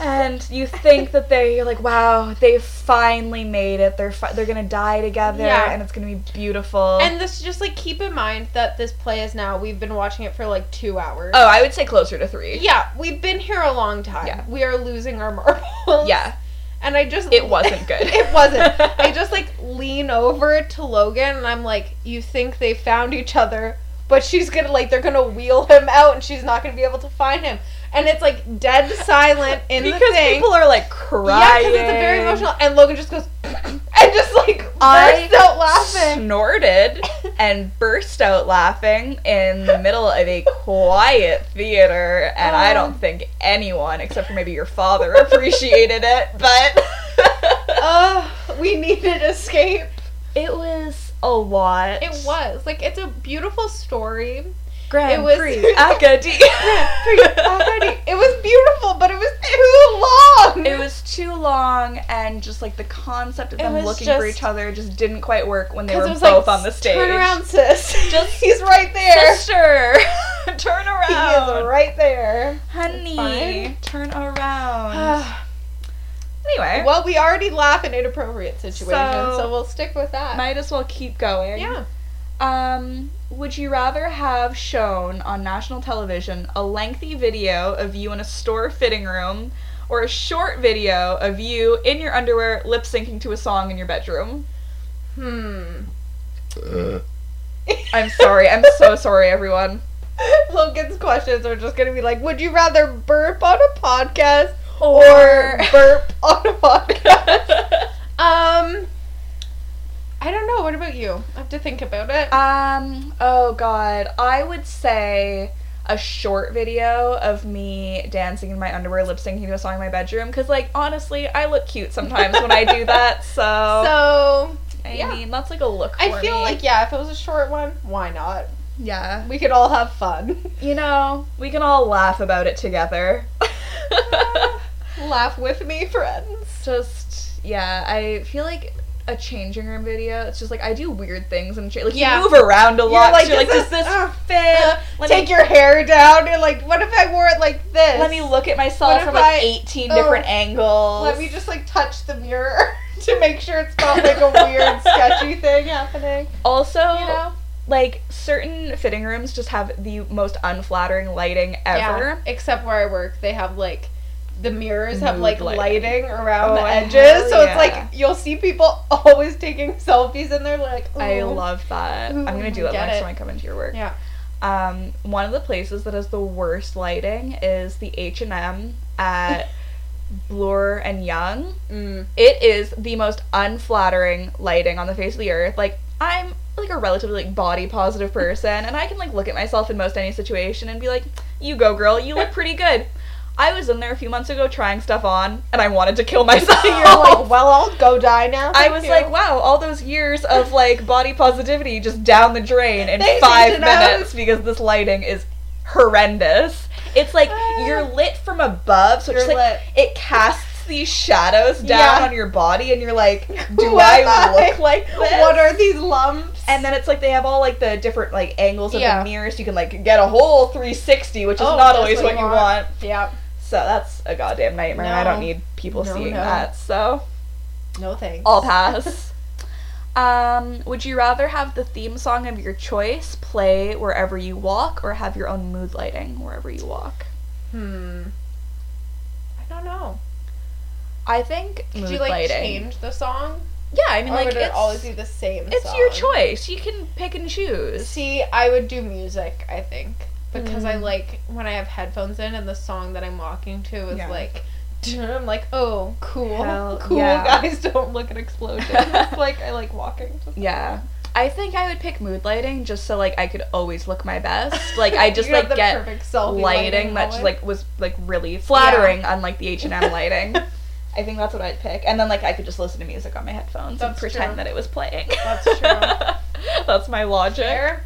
[SPEAKER 2] And you think that they, you're like, wow, they finally made it. They're fi- they're gonna die together,
[SPEAKER 3] Yeah.
[SPEAKER 2] and it's gonna be beautiful.
[SPEAKER 3] And this just like keep in mind that this play is now we've been watching it for like two hours.
[SPEAKER 2] oh, I would say closer to three.
[SPEAKER 3] Yeah, we've been here a long time.
[SPEAKER 2] Yeah.
[SPEAKER 3] We are losing our marbles.
[SPEAKER 2] Yeah.
[SPEAKER 3] And I just
[SPEAKER 2] It wasn't good.
[SPEAKER 3] it wasn't. I just like lean over to Logan and I'm like, you think they found each other, but she's gonna like they're gonna wheel him out and she's not gonna be able to find him. And it's like dead silent in
[SPEAKER 2] because
[SPEAKER 3] the thing.
[SPEAKER 2] people are like
[SPEAKER 3] yeah,
[SPEAKER 2] crying.
[SPEAKER 3] because it's a very emotional. And Logan just goes and just like
[SPEAKER 2] I
[SPEAKER 3] bursts out laughing.
[SPEAKER 2] Snorted and burst out laughing in the middle of a quiet theater, and I
[SPEAKER 3] Um.
[SPEAKER 2] don't think anyone, except for maybe your father, appreciated it. But
[SPEAKER 3] Ugh, we needed escape.
[SPEAKER 2] It was a lot.
[SPEAKER 3] It was like it's a beautiful story.
[SPEAKER 2] Grand
[SPEAKER 3] it was-
[SPEAKER 2] Prix Acadie.
[SPEAKER 3] Already, it was beautiful, but it was too long.
[SPEAKER 2] It was too long, and just like the concept of
[SPEAKER 3] It
[SPEAKER 2] them
[SPEAKER 3] was
[SPEAKER 2] looking for
[SPEAKER 3] just-
[SPEAKER 2] each other just didn't quite work when they
[SPEAKER 3] 'Cause
[SPEAKER 2] were
[SPEAKER 3] it was
[SPEAKER 2] both
[SPEAKER 3] like,
[SPEAKER 2] on the stage.
[SPEAKER 3] Turn around, sis.
[SPEAKER 2] Just-
[SPEAKER 3] he's right there.
[SPEAKER 2] sister. turn
[SPEAKER 3] he
[SPEAKER 2] around,
[SPEAKER 3] is right there.
[SPEAKER 2] honey.
[SPEAKER 3] Fine.
[SPEAKER 2] Turn around. anyway,
[SPEAKER 3] well, we already laugh in inappropriate situations, so,
[SPEAKER 2] So-
[SPEAKER 3] we'll stick with that.
[SPEAKER 2] might as well keep going.
[SPEAKER 3] yeah.
[SPEAKER 2] Um, would you rather have shown on national television a lengthy video of you in a store fitting room or a short video of you in your underwear lip syncing to a song in your bedroom?
[SPEAKER 3] Hmm.
[SPEAKER 2] I'm sorry. I'm so sorry, everyone.
[SPEAKER 3] Logan's questions are just gonna be like, would you rather burp on a podcast or
[SPEAKER 2] Or-
[SPEAKER 3] burp on a podcast? Um, I don't know. What about you? I have to think about it.
[SPEAKER 2] um, oh god. I would say a short video of me dancing in my underwear lip syncing to a song in my bedroom cuz like honestly, I look cute sometimes when I do that.
[SPEAKER 3] Uh,
[SPEAKER 2] So,
[SPEAKER 3] so
[SPEAKER 2] I
[SPEAKER 3] yeah.
[SPEAKER 2] mean, that's like a look for
[SPEAKER 3] I feel
[SPEAKER 2] me.
[SPEAKER 3] like yeah, if it was a short one, why not?
[SPEAKER 2] yeah.
[SPEAKER 3] We could all have fun,
[SPEAKER 2] you know, we can all laugh about it together.
[SPEAKER 3] laugh with me, friends.
[SPEAKER 2] just yeah, I feel like a changing room video. It's just like I do weird things and cha- like
[SPEAKER 3] Yeah.
[SPEAKER 2] you move around a lot.
[SPEAKER 3] You're like,
[SPEAKER 2] so you're like, does
[SPEAKER 3] "Does
[SPEAKER 2] this
[SPEAKER 3] this- uh,
[SPEAKER 2] fit?
[SPEAKER 3] uh,
[SPEAKER 2] let
[SPEAKER 3] Take
[SPEAKER 2] me,
[SPEAKER 3] your hair down and like, what if I wore it like this?
[SPEAKER 2] let me look at myself
[SPEAKER 3] What
[SPEAKER 2] from
[SPEAKER 3] if
[SPEAKER 2] like
[SPEAKER 3] I-
[SPEAKER 2] 18
[SPEAKER 3] oh,
[SPEAKER 2] different angles.
[SPEAKER 3] Let me just like touch the mirror to make sure it's not like a weird sketchy thing happening.
[SPEAKER 2] also
[SPEAKER 3] You know?
[SPEAKER 2] like certain fitting rooms just have the most unflattering lighting ever.
[SPEAKER 3] Except where I work, they have like the mirrors have
[SPEAKER 2] Mood
[SPEAKER 3] like lighting,
[SPEAKER 2] lighting.
[SPEAKER 3] around
[SPEAKER 2] Oh,
[SPEAKER 3] the
[SPEAKER 2] hell
[SPEAKER 3] edges, so it's
[SPEAKER 2] yeah.
[SPEAKER 3] like you'll see people always taking selfies and they're like,
[SPEAKER 2] I
[SPEAKER 3] "Ooh."
[SPEAKER 2] love that.
[SPEAKER 3] Ooh,
[SPEAKER 2] I'm gonna do that
[SPEAKER 3] get
[SPEAKER 2] next
[SPEAKER 3] it.
[SPEAKER 2] time I come into your work.
[SPEAKER 3] Yeah.
[SPEAKER 2] um, one of the places that has the worst lighting is the h&m at bloor and young
[SPEAKER 3] Mm.
[SPEAKER 2] it is the most unflattering lighting on the face of the earth like i'm like a relatively like body positive person and i can like look at myself in most any situation and be like you go girl you look pretty good i was in there a few months ago trying stuff on and i wanted to kill myself
[SPEAKER 3] You're like, well, I'll go die now.
[SPEAKER 2] I
[SPEAKER 3] thank
[SPEAKER 2] was
[SPEAKER 3] you."
[SPEAKER 2] like, wow, all those years of like body positivity just down the drain in
[SPEAKER 3] They
[SPEAKER 2] five
[SPEAKER 3] changed it out.
[SPEAKER 2] minutes because this lighting is horrendous. It's like
[SPEAKER 3] Ah.
[SPEAKER 2] you're lit from above, so it's
[SPEAKER 3] You're
[SPEAKER 2] just, like it casts these shadows down
[SPEAKER 3] Yeah.
[SPEAKER 2] on your body, and you're like, do
[SPEAKER 3] Who
[SPEAKER 2] I,
[SPEAKER 3] am I?
[SPEAKER 2] look like this?
[SPEAKER 3] What are these lumps?
[SPEAKER 2] and then it's like they have all like the different like angles of
[SPEAKER 3] Yeah.
[SPEAKER 2] the mirror, so you can like get a whole 360, which is
[SPEAKER 3] Oh,
[SPEAKER 2] not
[SPEAKER 3] that's
[SPEAKER 2] always what you want.
[SPEAKER 3] yeah,
[SPEAKER 2] So that's a goddamn nightmare. and I
[SPEAKER 3] No.
[SPEAKER 2] don't need people
[SPEAKER 3] No,
[SPEAKER 2] seeing
[SPEAKER 3] no.
[SPEAKER 2] that. So.
[SPEAKER 3] no thanks.
[SPEAKER 2] I'll pass. um, would you rather have the theme song of your choice play wherever you walk or have your own mood lighting wherever you walk?
[SPEAKER 3] Hmm. I don't know.
[SPEAKER 2] I think
[SPEAKER 3] Could
[SPEAKER 2] mood
[SPEAKER 3] you like
[SPEAKER 2] lighting.
[SPEAKER 3] change the song,
[SPEAKER 2] Yeah, I mean
[SPEAKER 3] or
[SPEAKER 2] like
[SPEAKER 3] would it
[SPEAKER 2] it's,
[SPEAKER 3] always be the same?
[SPEAKER 2] it's your
[SPEAKER 3] song?
[SPEAKER 2] choice. You can pick and choose.
[SPEAKER 3] See, I would do music. I think because I
[SPEAKER 2] Mm.
[SPEAKER 3] like when I have headphones in and the song that I'm walking to is
[SPEAKER 2] Yeah.
[SPEAKER 3] like. I'm like, oh, cool,
[SPEAKER 2] Hell
[SPEAKER 3] cool
[SPEAKER 2] yeah.
[SPEAKER 3] guys, don't look at explosions. like I like walking. to
[SPEAKER 2] Yeah. I think I would pick mood lighting just so like I could always look my best. Like I just
[SPEAKER 3] You have
[SPEAKER 2] like
[SPEAKER 3] the
[SPEAKER 2] get
[SPEAKER 3] perfect selfie
[SPEAKER 2] lighting that just,
[SPEAKER 3] moment.
[SPEAKER 2] like was like really flattering on like the H and M lighting. I think that's what I'd pick, and then like I could just listen to music on my headphones and
[SPEAKER 3] That's
[SPEAKER 2] pretend
[SPEAKER 3] true.
[SPEAKER 2] that it was playing.
[SPEAKER 3] That's true.
[SPEAKER 2] that's my logic.
[SPEAKER 3] Fair.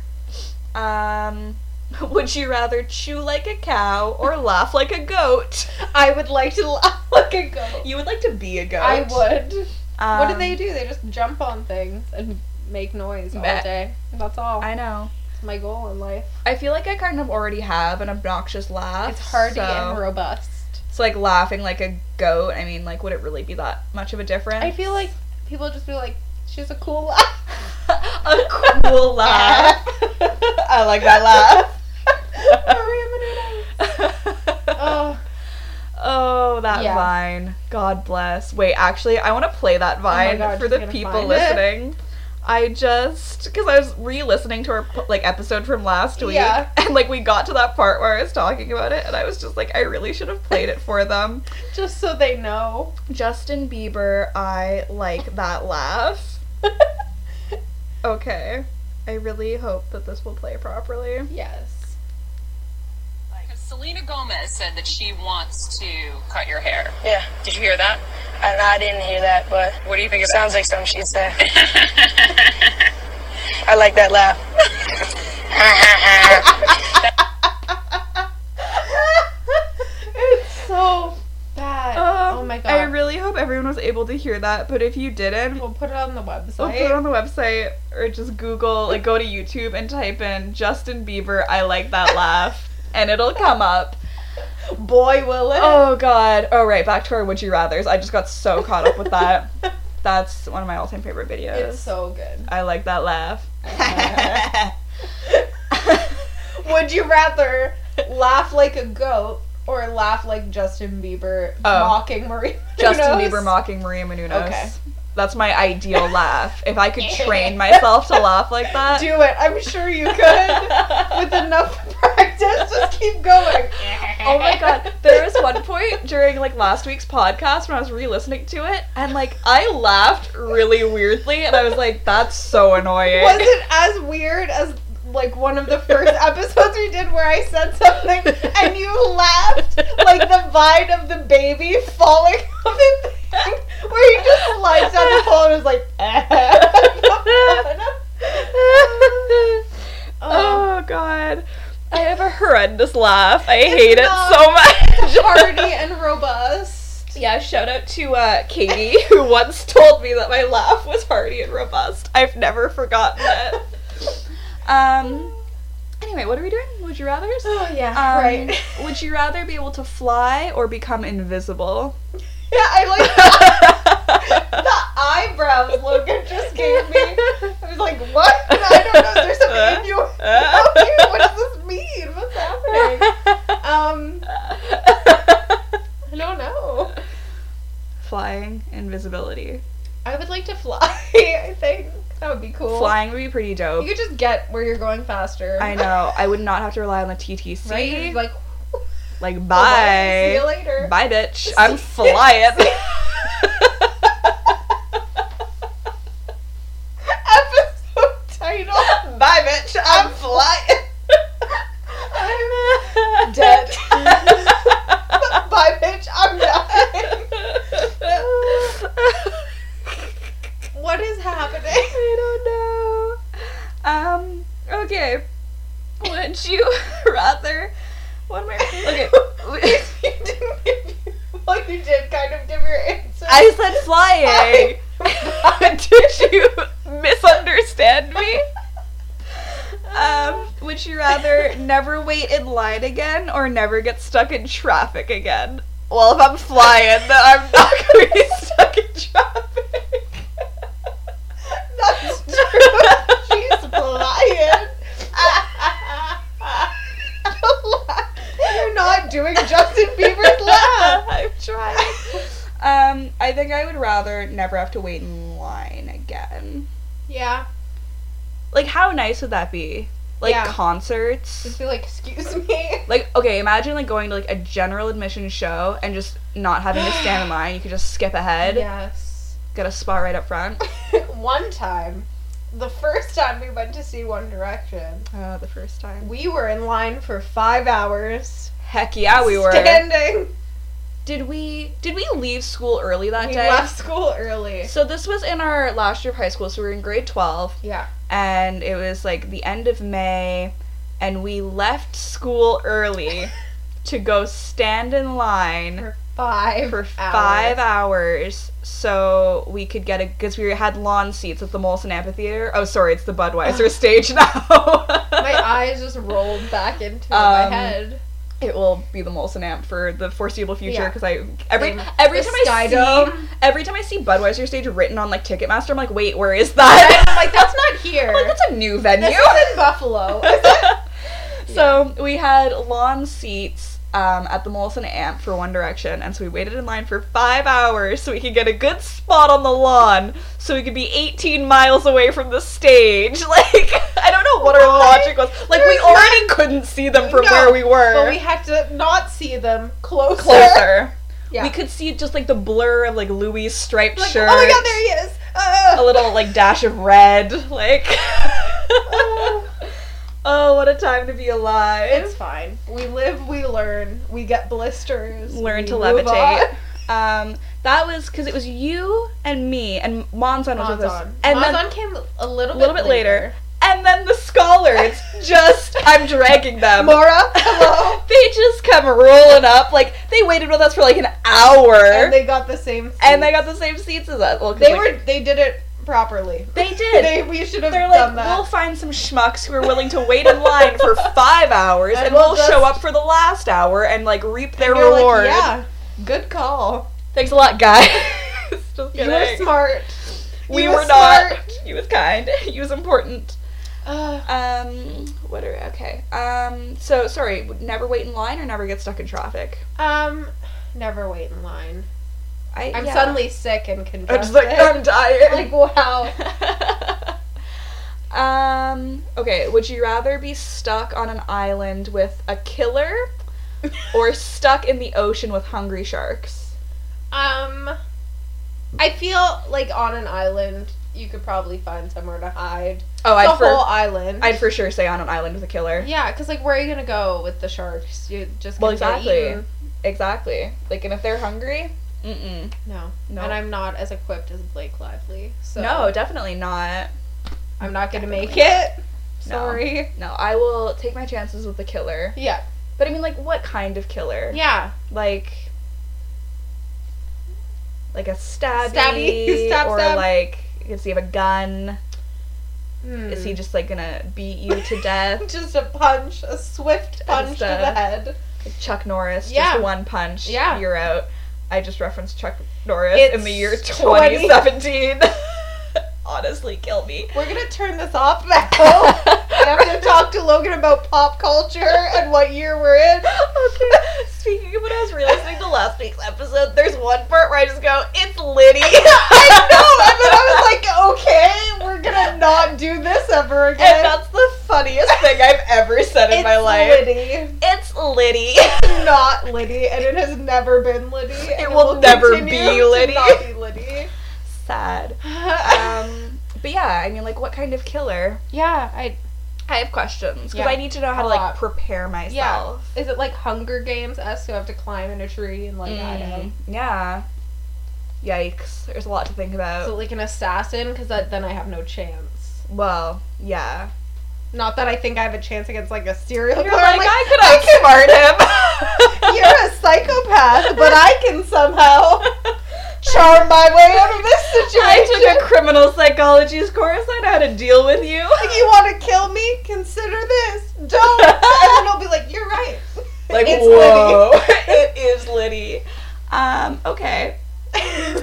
[SPEAKER 2] Um, would you rather chew like a cow or laugh like a goat?
[SPEAKER 3] I would like to laugh like a goat.
[SPEAKER 2] You would like to be a goat.
[SPEAKER 3] I would.
[SPEAKER 2] Um,
[SPEAKER 3] what do they do? They just jump on things and make noise all
[SPEAKER 2] Meh.
[SPEAKER 3] day. That's all.
[SPEAKER 2] I know.
[SPEAKER 3] That's my goal in life.
[SPEAKER 2] I feel like I kind of already have an obnoxious laugh.
[SPEAKER 3] It's hardy
[SPEAKER 2] so.
[SPEAKER 3] and robust.
[SPEAKER 2] So like laughing like a goat. I mean, like would it really be that much of a difference?
[SPEAKER 3] I feel like people just be like, she's a cool laugh.
[SPEAKER 2] a cool laugh. I like that laugh.
[SPEAKER 3] Maria Oh,
[SPEAKER 2] Oh, that
[SPEAKER 3] Yeah.
[SPEAKER 2] vine. God bless. Wait, actually, I want to play that vine
[SPEAKER 3] Oh God,
[SPEAKER 2] for
[SPEAKER 3] she's
[SPEAKER 2] the
[SPEAKER 3] gonna
[SPEAKER 2] people
[SPEAKER 3] find it.
[SPEAKER 2] listening. I just because I was re-listening to our like episode from last week,
[SPEAKER 3] Yeah.
[SPEAKER 2] and like we got to that part where I was talking about it, and I was just like, I really should have played it for them.
[SPEAKER 3] just so they know.
[SPEAKER 2] Justin Bieber, I like that laugh. Okay, I really hope that this will play properly.
[SPEAKER 3] yes.
[SPEAKER 1] Because Selena Gomez said that she wants to cut your hair.
[SPEAKER 4] Yeah,
[SPEAKER 1] Did you hear that?
[SPEAKER 4] and I didn't hear that, but
[SPEAKER 1] What do you think of
[SPEAKER 4] sounds like something she'd say.
[SPEAKER 1] that?
[SPEAKER 4] I like that laugh.
[SPEAKER 3] It's so bad. oh
[SPEAKER 2] Um,
[SPEAKER 3] my god.
[SPEAKER 2] I really hope everyone was able to hear that, but if you didn't,
[SPEAKER 3] we'll put it on the website.
[SPEAKER 2] We'll put it on the website or just Google, like go to YouTube and type in Justin Bieber, I like that laugh, and it'll come up.
[SPEAKER 3] Boy, will it.
[SPEAKER 2] Oh god. All right, back to our Would You Rathers. I just got so caught up with that. That's one of my all time favorite videos.
[SPEAKER 3] It's so good.
[SPEAKER 2] I like that laugh.
[SPEAKER 3] Would you rather laugh like a goat or laugh like Justin Bieber
[SPEAKER 2] Oh.
[SPEAKER 3] mocking Marie?
[SPEAKER 2] Justin
[SPEAKER 3] Menounos?
[SPEAKER 2] Bieber mocking Maria Menounos.
[SPEAKER 3] Okay.
[SPEAKER 2] That's my ideal laugh. If I could train myself to laugh like that.
[SPEAKER 3] Do it. I'm sure you could. With enough practice, just keep going.
[SPEAKER 2] Oh my god, there was one point during like last week's podcast when I was re-listening to it, and like I laughed really weirdly, and I was like, "That's so annoying."
[SPEAKER 3] Was it as weird as like one of the first episodes we did where I said something and you laughed like the vine of the baby falling off the thing where he just slides down the pole and was like
[SPEAKER 2] oh god, I have a horrendous laugh. I hate it
[SPEAKER 3] not
[SPEAKER 2] so much.
[SPEAKER 3] hardy and robust.
[SPEAKER 2] Yeah, shout out to uh, Katie who once told me that my laugh was hearty and robust. I've never forgotten it. Um. Anyway, what are we doing? Would you rather?
[SPEAKER 3] Oh yeah,
[SPEAKER 2] Um,
[SPEAKER 3] right.
[SPEAKER 2] would you rather be able to fly or become invisible?
[SPEAKER 3] Yeah, I like the eyebrows Logan just gave me. I was like, what? I don't know. There's something in you. Oh, What does this mean? What's happening? Um, I don't know.
[SPEAKER 2] Flying, invisibility.
[SPEAKER 3] I would like to fly. I think that would be cool.
[SPEAKER 2] Flying would be pretty
[SPEAKER 3] You
[SPEAKER 2] dope.
[SPEAKER 3] could just get where you're going faster.
[SPEAKER 2] I know. I would not have to rely on the TTC.
[SPEAKER 3] Right? You're just
[SPEAKER 2] Like,
[SPEAKER 3] Like, See you
[SPEAKER 2] bye.
[SPEAKER 3] later.
[SPEAKER 2] Bye, bitch. I'm flying.
[SPEAKER 3] Episode title.
[SPEAKER 2] bye, bitch. I'm flying. I'm
[SPEAKER 3] dead. Bye, bitch. I'm dying. What is happening?
[SPEAKER 2] I don't know. Um. Okay. Would you rather? What am I? Okay.
[SPEAKER 3] you didn't give you. Well, you did kind of give your answer.
[SPEAKER 2] I said flying. Did you misunderstand me? Um, would you rather never wait in line again or never get stuck in traffic again? Well, if I'm flying, then I'm not gonna be stuck in traffic.
[SPEAKER 3] That's true. She's flying. You're not doing Justin Bieber's laugh.
[SPEAKER 2] I'm trying. Um, I think I would rather never have to wait in line again.
[SPEAKER 3] Yeah.
[SPEAKER 2] Like, how nice would that be? Like
[SPEAKER 3] Yeah. Just
[SPEAKER 2] concerts.
[SPEAKER 3] be like, excuse me.
[SPEAKER 2] Like, okay, imagine like going to like a general admission show and just not having to stand in line. You could just skip ahead,
[SPEAKER 3] Yes.
[SPEAKER 2] get a spot right up front.
[SPEAKER 3] One time, the first time we went to see One Direction,
[SPEAKER 2] Uh, the first time.
[SPEAKER 3] we were in line for five hours.
[SPEAKER 2] Heck yeah, we were.
[SPEAKER 3] standing.
[SPEAKER 2] Did we did we leave school early that
[SPEAKER 3] We
[SPEAKER 2] day?
[SPEAKER 3] left school early.
[SPEAKER 2] So this was in our last year of high school, so we were in grade twelve,
[SPEAKER 3] Yeah,
[SPEAKER 2] and it was like the end of May, and we left school early to go stand in line
[SPEAKER 3] for five
[SPEAKER 2] for
[SPEAKER 3] hours.
[SPEAKER 2] five hours so we could get a because we had lawn seats at the Molson Amphitheater. Oh, sorry, it's the Budweiser stage now.
[SPEAKER 3] My eyes just rolled back into
[SPEAKER 2] Um,
[SPEAKER 3] my head.
[SPEAKER 2] it will be the Molson Amp for the foreseeable future
[SPEAKER 3] Yeah.
[SPEAKER 2] because I every
[SPEAKER 3] Same.
[SPEAKER 2] every
[SPEAKER 3] The
[SPEAKER 2] time I
[SPEAKER 3] Skydome.
[SPEAKER 2] see every time I see Budweiser stage written on like Ticketmaster, I'm like, wait, where is
[SPEAKER 3] And
[SPEAKER 2] that?
[SPEAKER 3] I'm like, that's not here.
[SPEAKER 2] I'm like, that's a new
[SPEAKER 3] this
[SPEAKER 2] venue.
[SPEAKER 3] is in Buffalo.
[SPEAKER 2] so we had lawn seats. Um, at the Molson Amp for One Direction, and so we waited in line for five hours so we could get a good spot on the lawn, so we could be 18 miles away from the stage. Like, I don't know what our
[SPEAKER 3] Why?
[SPEAKER 2] logic was. Like, we
[SPEAKER 3] There's
[SPEAKER 2] already couldn't see them from
[SPEAKER 3] No,
[SPEAKER 2] where we were.
[SPEAKER 3] but we had to not see them closer.
[SPEAKER 2] closer.
[SPEAKER 3] Yeah.
[SPEAKER 2] We could see just like the blur of like Louis' striped
[SPEAKER 3] Like,
[SPEAKER 2] shirt.
[SPEAKER 3] Oh my god, there he is. Uh,
[SPEAKER 2] a little like dash of red, like.
[SPEAKER 3] Oh.
[SPEAKER 2] oh, what a time to be alive!
[SPEAKER 3] It's fine. We live, we learn, we get blisters.
[SPEAKER 2] Learn
[SPEAKER 3] we
[SPEAKER 2] to
[SPEAKER 3] move
[SPEAKER 2] levitate.
[SPEAKER 3] on.
[SPEAKER 2] Um, that was because it was you and me and Monzon was with us,
[SPEAKER 3] Monzon.
[SPEAKER 2] and
[SPEAKER 3] Monzon
[SPEAKER 2] then
[SPEAKER 3] came a little
[SPEAKER 2] a
[SPEAKER 3] bit,
[SPEAKER 2] little bit later, and then the scholars just I'm dragging them.
[SPEAKER 3] Mora, hello.
[SPEAKER 2] they just come rolling up like they waited with us for like an hour,
[SPEAKER 3] and they got the same. Seat.
[SPEAKER 2] and they got the same seats as us. Well, 'cause,
[SPEAKER 3] They
[SPEAKER 2] like,
[SPEAKER 3] were. They did it properly.
[SPEAKER 2] They did.
[SPEAKER 3] They, we should have
[SPEAKER 2] They're like,
[SPEAKER 3] done that.
[SPEAKER 2] we'll find some schmucks who are willing to wait in line for five hours, and,
[SPEAKER 3] And
[SPEAKER 2] we'll
[SPEAKER 3] we'll just-
[SPEAKER 2] show up for the last hour and like reap their
[SPEAKER 3] And you're like,
[SPEAKER 2] reward.
[SPEAKER 3] yeah. Good call.
[SPEAKER 2] Thanks a lot, guys. Just
[SPEAKER 3] You were
[SPEAKER 2] kidding.
[SPEAKER 3] smart.
[SPEAKER 2] we
[SPEAKER 3] you
[SPEAKER 2] were
[SPEAKER 3] were
[SPEAKER 2] not.
[SPEAKER 3] smart.
[SPEAKER 2] He was kind. He was important.
[SPEAKER 3] Uh,
[SPEAKER 2] Um, what are okay? Um, so sorry. Never wait in line or never get stuck in traffic.
[SPEAKER 3] um, never wait in line.
[SPEAKER 2] I
[SPEAKER 3] I'm
[SPEAKER 2] yeah.
[SPEAKER 3] suddenly sick and
[SPEAKER 2] I'm
[SPEAKER 3] congested.
[SPEAKER 2] just like I'm
[SPEAKER 3] Like,
[SPEAKER 2] dying.
[SPEAKER 3] wow.
[SPEAKER 2] um. Okay. Would you rather be stuck on an island with a killer? or stuck in the ocean with hungry sharks.
[SPEAKER 3] Um, I feel like on an island you could probably find somewhere to hide.
[SPEAKER 2] Oh,
[SPEAKER 3] The
[SPEAKER 2] I'd for,
[SPEAKER 3] whole island.
[SPEAKER 2] I'd for sure say on an island with a killer.
[SPEAKER 3] yeah, because like, where are you gonna go with the sharks? You just
[SPEAKER 2] Well,
[SPEAKER 3] gonna get
[SPEAKER 2] exactly.
[SPEAKER 3] eaten.
[SPEAKER 2] Exactly. Like, and if they're hungry, mm-mm.
[SPEAKER 3] No,
[SPEAKER 2] No.
[SPEAKER 3] and I'm not as equipped as Blake Lively, so
[SPEAKER 2] no, definitely not.
[SPEAKER 3] I'm not gonna make
[SPEAKER 2] Definitely.
[SPEAKER 3] it.
[SPEAKER 2] No.
[SPEAKER 3] Sorry.
[SPEAKER 2] No, I will take my chances with the killer.
[SPEAKER 3] Yeah,
[SPEAKER 2] But I mean, like, what kind of killer?
[SPEAKER 3] yeah.
[SPEAKER 2] Like, like a stabby,
[SPEAKER 3] Stabby. Stab,
[SPEAKER 2] or
[SPEAKER 3] stab.
[SPEAKER 2] like, does he have a gun?
[SPEAKER 3] Hmm.
[SPEAKER 2] Is he just like gonna beat you to death?
[SPEAKER 3] just a punch, a swift punch to the
[SPEAKER 2] Instead.
[SPEAKER 3] head?
[SPEAKER 2] Like Chuck Norris,
[SPEAKER 3] Yeah.
[SPEAKER 2] just one punch,
[SPEAKER 3] Yeah.
[SPEAKER 2] you're out. I just referenced Chuck Norris in the
[SPEAKER 3] It's
[SPEAKER 2] year
[SPEAKER 3] 20.
[SPEAKER 2] 2017. Honestly, kill me.
[SPEAKER 3] We're gonna turn this off now.
[SPEAKER 2] Oh,
[SPEAKER 3] and I'm gonna talk to Logan about pop culture and what year we're in.
[SPEAKER 2] Okay. Speaking of what I was re-listening to last week's episode, there's one part where I just go, "It's Liddy."
[SPEAKER 3] I know, and then I was like, okay, we're gonna not do this ever again.
[SPEAKER 2] and that's the funniest thing I've ever said in
[SPEAKER 3] it's
[SPEAKER 2] my life.
[SPEAKER 3] Liddy,
[SPEAKER 2] It's Liddy.
[SPEAKER 3] not Liddy, and it has never been Liddy. and
[SPEAKER 2] It will never
[SPEAKER 3] continue
[SPEAKER 2] be
[SPEAKER 3] to
[SPEAKER 2] Liddy.
[SPEAKER 3] not be Liddy.
[SPEAKER 2] Sad. Um, but yeah, I mean, like, what kind of killer?
[SPEAKER 3] yeah, I.
[SPEAKER 2] I have questions because
[SPEAKER 3] Yeah.
[SPEAKER 2] I need to know how
[SPEAKER 3] A
[SPEAKER 2] to like
[SPEAKER 3] lot.
[SPEAKER 2] prepare
[SPEAKER 3] Yeah.
[SPEAKER 2] myself.
[SPEAKER 3] Is it like Hunger Games? Us who have to climb in a tree and like I don't. know.
[SPEAKER 2] Mm, yeah. Yikes. There's a lot to think about.
[SPEAKER 3] Is it like an assassin? Because then I have no chance.
[SPEAKER 2] well, yeah.
[SPEAKER 3] Not that I think I have a chance against like a serial
[SPEAKER 2] You're
[SPEAKER 3] killer.
[SPEAKER 2] like,
[SPEAKER 3] I'm
[SPEAKER 2] I could outsmart him.
[SPEAKER 3] You're a psychopath, but I can somehow charm my way out of this
[SPEAKER 2] I
[SPEAKER 3] situation.
[SPEAKER 2] took a criminal psychology course. I know how to deal with you.
[SPEAKER 3] If you want to kill me, consider this. Don't. and then I'll be like, you're right.
[SPEAKER 2] Like,
[SPEAKER 3] It's
[SPEAKER 2] whoa, it is Liddy. Um, okay.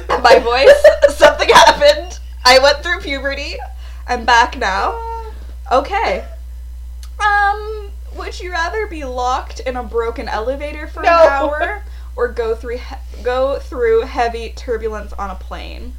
[SPEAKER 2] my voice. Something happened. I went through puberty. I'm back now. Okay. Um, would you rather be locked in a broken elevator for
[SPEAKER 3] No.
[SPEAKER 2] an hour or go through he- go through heavy turbulence on a plane?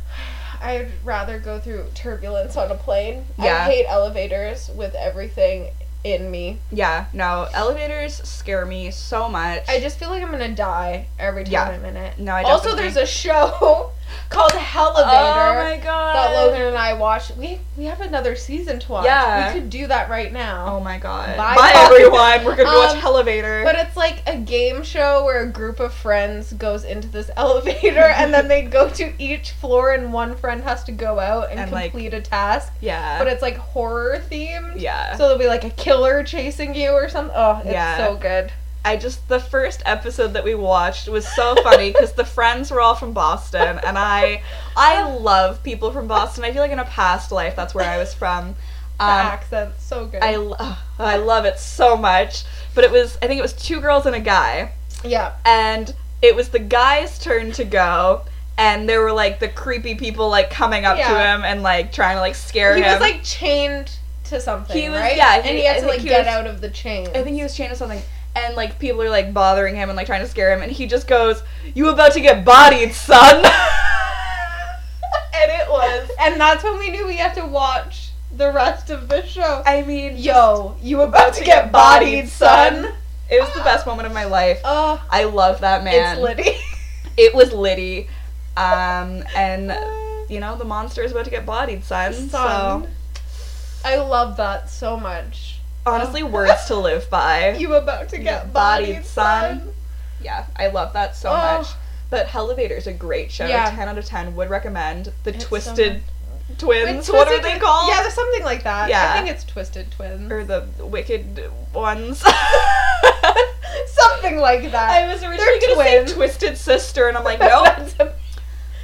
[SPEAKER 3] I'd rather go through turbulence on a plane.
[SPEAKER 2] Yeah.
[SPEAKER 3] I hate elevators with everything in me.
[SPEAKER 2] Yeah, no. Elevators scare me so much.
[SPEAKER 3] I just feel like I'm gonna die every time
[SPEAKER 2] Yeah.
[SPEAKER 3] I'm in it.
[SPEAKER 2] no, I
[SPEAKER 3] also,
[SPEAKER 2] definitely-
[SPEAKER 3] there's a show called Hellivator.
[SPEAKER 2] Oh my god.
[SPEAKER 3] that Logan and I watched. We we have another season to watch.
[SPEAKER 2] Yeah.
[SPEAKER 3] We could do that right now.
[SPEAKER 2] Oh my god. Bye,
[SPEAKER 3] Bye,
[SPEAKER 2] everyone. We're gonna go watch
[SPEAKER 3] Um,
[SPEAKER 2] Elevator.
[SPEAKER 3] But it's like a game show where a group of friends goes into this elevator and then they go to each floor and one friend has to go out and,
[SPEAKER 2] And, like-
[SPEAKER 3] complete a task.
[SPEAKER 2] yeah.
[SPEAKER 3] But it's like horror themed.
[SPEAKER 2] yeah.
[SPEAKER 3] So there'll be like a killer chasing you or something. Oh, it's
[SPEAKER 2] Yeah.
[SPEAKER 3] so good.
[SPEAKER 2] I just the first episode that we watched was so funny because the friends were all from Boston, and I I love people from Boston. I feel like in a past life that's where I was from.
[SPEAKER 3] The
[SPEAKER 2] Um,
[SPEAKER 3] accent's so good.
[SPEAKER 2] I lo- I love it so much. But it was I think it was two girls and a guy,
[SPEAKER 3] yeah.
[SPEAKER 2] and it was the guy's turn to go. And there were like the creepy people like coming up to
[SPEAKER 3] Yeah.
[SPEAKER 2] him and like trying to like scare
[SPEAKER 3] He
[SPEAKER 2] him.
[SPEAKER 3] was like chained to something,
[SPEAKER 2] He was-
[SPEAKER 3] right?
[SPEAKER 2] yeah,
[SPEAKER 3] and
[SPEAKER 2] he-
[SPEAKER 3] he had
[SPEAKER 2] I
[SPEAKER 3] to
[SPEAKER 2] think
[SPEAKER 3] like
[SPEAKER 2] he
[SPEAKER 3] get
[SPEAKER 2] was-
[SPEAKER 3] out of the chain.
[SPEAKER 2] I think he was chained to something. And like people are like bothering him and like trying to scare him, and he just goes, "You about to get bodied, son." and it was.
[SPEAKER 3] and that's when we knew we had to watch the rest of the show.
[SPEAKER 2] I mean,
[SPEAKER 3] Yo, you about to get bodied, son?
[SPEAKER 2] It was the best moment of my life.
[SPEAKER 3] Oh,
[SPEAKER 2] I love that man.
[SPEAKER 3] it's Liddy.
[SPEAKER 2] It was Liddy, um, and you know the monster is about to get bodied, son. So
[SPEAKER 3] Son. I love that so much.
[SPEAKER 2] honestly, words to live by.
[SPEAKER 3] You about to
[SPEAKER 2] You
[SPEAKER 3] get
[SPEAKER 2] get
[SPEAKER 3] bodied,
[SPEAKER 2] bodied,
[SPEAKER 3] son.
[SPEAKER 2] son. Yeah, I love that so
[SPEAKER 3] Oh.
[SPEAKER 2] much. But Hellevator's a great show.
[SPEAKER 3] Yeah.
[SPEAKER 2] 10 out of 10. Would recommend. The
[SPEAKER 3] It's so
[SPEAKER 2] Twisted
[SPEAKER 3] Wait,
[SPEAKER 2] Twins. what are
[SPEAKER 3] Twisted
[SPEAKER 2] they
[SPEAKER 3] Twi-
[SPEAKER 2] called?
[SPEAKER 3] Yeah, there's something like that.
[SPEAKER 2] Yeah. Er.
[SPEAKER 3] I think it's Twisted Twins.
[SPEAKER 2] or the Wicked Ones.
[SPEAKER 3] something like
[SPEAKER 2] I
[SPEAKER 3] that.
[SPEAKER 2] was originally going to
[SPEAKER 3] twins.
[SPEAKER 2] say Twisted Sister, and I'm like, nope,
[SPEAKER 3] That's a-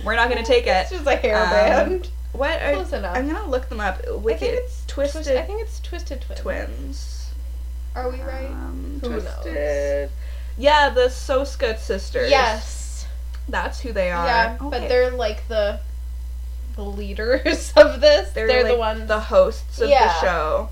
[SPEAKER 2] we're not going to take
[SPEAKER 3] It's
[SPEAKER 2] it.
[SPEAKER 3] just a
[SPEAKER 2] Um,
[SPEAKER 3] hairband.
[SPEAKER 2] What are.
[SPEAKER 3] Close enough.
[SPEAKER 2] I'm going to look them up. Wicked
[SPEAKER 3] it's
[SPEAKER 2] Twisted
[SPEAKER 3] Twisted. I think it's Twisted Twins.
[SPEAKER 2] Twins.
[SPEAKER 3] Are we right?
[SPEAKER 2] Um,
[SPEAKER 3] Who knows?
[SPEAKER 2] twisted. Yeah, the Soska sisters.
[SPEAKER 3] Yes.
[SPEAKER 2] That's who they are.
[SPEAKER 3] Yeah,
[SPEAKER 2] Okay.
[SPEAKER 3] but they're like the the leaders of this. They're,
[SPEAKER 2] They're,
[SPEAKER 3] the
[SPEAKER 2] like,
[SPEAKER 3] ones,
[SPEAKER 2] the hosts of
[SPEAKER 3] Yeah.
[SPEAKER 2] the show,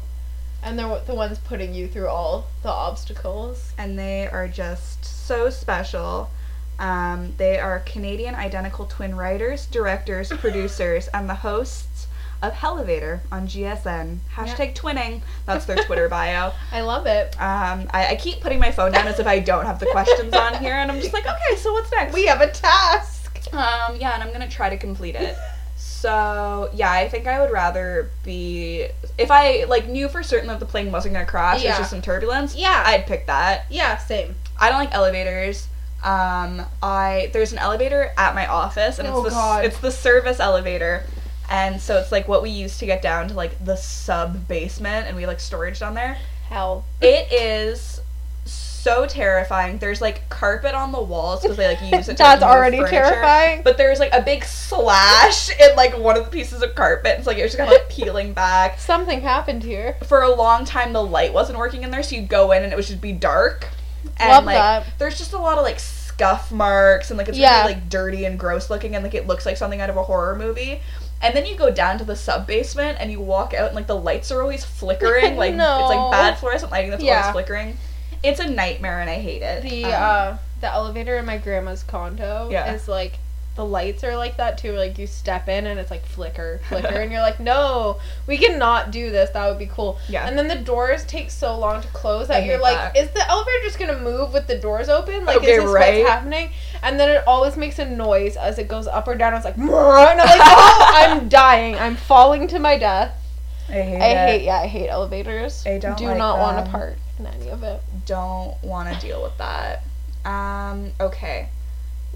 [SPEAKER 3] and they're the ones putting you through all the obstacles.
[SPEAKER 2] and they are just so special. Um, they are Canadian identical twin writers, directors, producers, and the hosts of Hellevator on GSN. Hashtag twinning. That's their Twitter bio.
[SPEAKER 3] I love it.
[SPEAKER 2] Um, I, I keep putting my phone down as if I don't have the questions on here, and I'm just like, okay, so what's next?
[SPEAKER 3] We have a task.
[SPEAKER 2] Um, yeah, and I'm gonna try to complete it. So yeah, I think I would rather be if I like knew for certain that the plane wasn't gonna crash. It's
[SPEAKER 3] Yeah.
[SPEAKER 2] just some turbulence.
[SPEAKER 3] Yeah.
[SPEAKER 2] I'd pick that.
[SPEAKER 3] yeah, same.
[SPEAKER 2] I don't like elevators. Um, I there's an elevator at my office, and it's
[SPEAKER 3] Oh,
[SPEAKER 2] the s-
[SPEAKER 3] God.
[SPEAKER 2] it's the service elevator, and so it's like what we use to get down to like the sub basement, and we like storage down there.
[SPEAKER 3] Hell.
[SPEAKER 2] It is so terrifying. There's like carpet on the walls because they like use it. To, like,
[SPEAKER 3] That's
[SPEAKER 2] move
[SPEAKER 3] already
[SPEAKER 2] furniture.
[SPEAKER 3] terrifying.
[SPEAKER 2] But there's like a big slash in like one of the pieces of carpet. It's like it was just kind of like peeling back.
[SPEAKER 3] Something happened here.
[SPEAKER 2] For a long time, the light wasn't working in there, so you'd go in and it would just be dark. And
[SPEAKER 3] Love
[SPEAKER 2] like,
[SPEAKER 3] that.
[SPEAKER 2] there's just a lot of like scuff marks and like it's
[SPEAKER 3] Yeah.
[SPEAKER 2] really like dirty and gross looking and like it looks like something out of a horror movie. And then you go down to the sub basement and you walk out and like the lights are always flickering. Like it's
[SPEAKER 3] No.
[SPEAKER 2] like bad fluorescent lighting that's
[SPEAKER 3] Yeah.
[SPEAKER 2] always flickering. It's a nightmare and I hate it.
[SPEAKER 3] The
[SPEAKER 2] Um,
[SPEAKER 3] uh the elevator in my grandma's condo
[SPEAKER 2] Yeah.
[SPEAKER 3] is like the lights are like that too. Like you step in and it's like flicker, flicker, and you're like, no, we cannot do this. That would be cool.
[SPEAKER 2] Yeah.
[SPEAKER 3] And then the doors take so long to close that
[SPEAKER 2] I
[SPEAKER 3] you're
[SPEAKER 2] hate
[SPEAKER 3] like,
[SPEAKER 2] that.
[SPEAKER 3] is the elevator just gonna move with the doors open? Like,
[SPEAKER 2] Okay,
[SPEAKER 3] is this
[SPEAKER 2] right.
[SPEAKER 3] what's happening? And then it always makes a noise as it goes up or down. I was like, "Mrrr," and I'm like, oh, I'm dying. I'm falling to my death.
[SPEAKER 2] I hate
[SPEAKER 3] I
[SPEAKER 2] it.
[SPEAKER 3] hate, yeah, I hate elevators.
[SPEAKER 2] I don't
[SPEAKER 3] do
[SPEAKER 2] like
[SPEAKER 3] not want a
[SPEAKER 2] them.
[SPEAKER 3] part in any of it.
[SPEAKER 2] don't want to deal with that. Um, okay.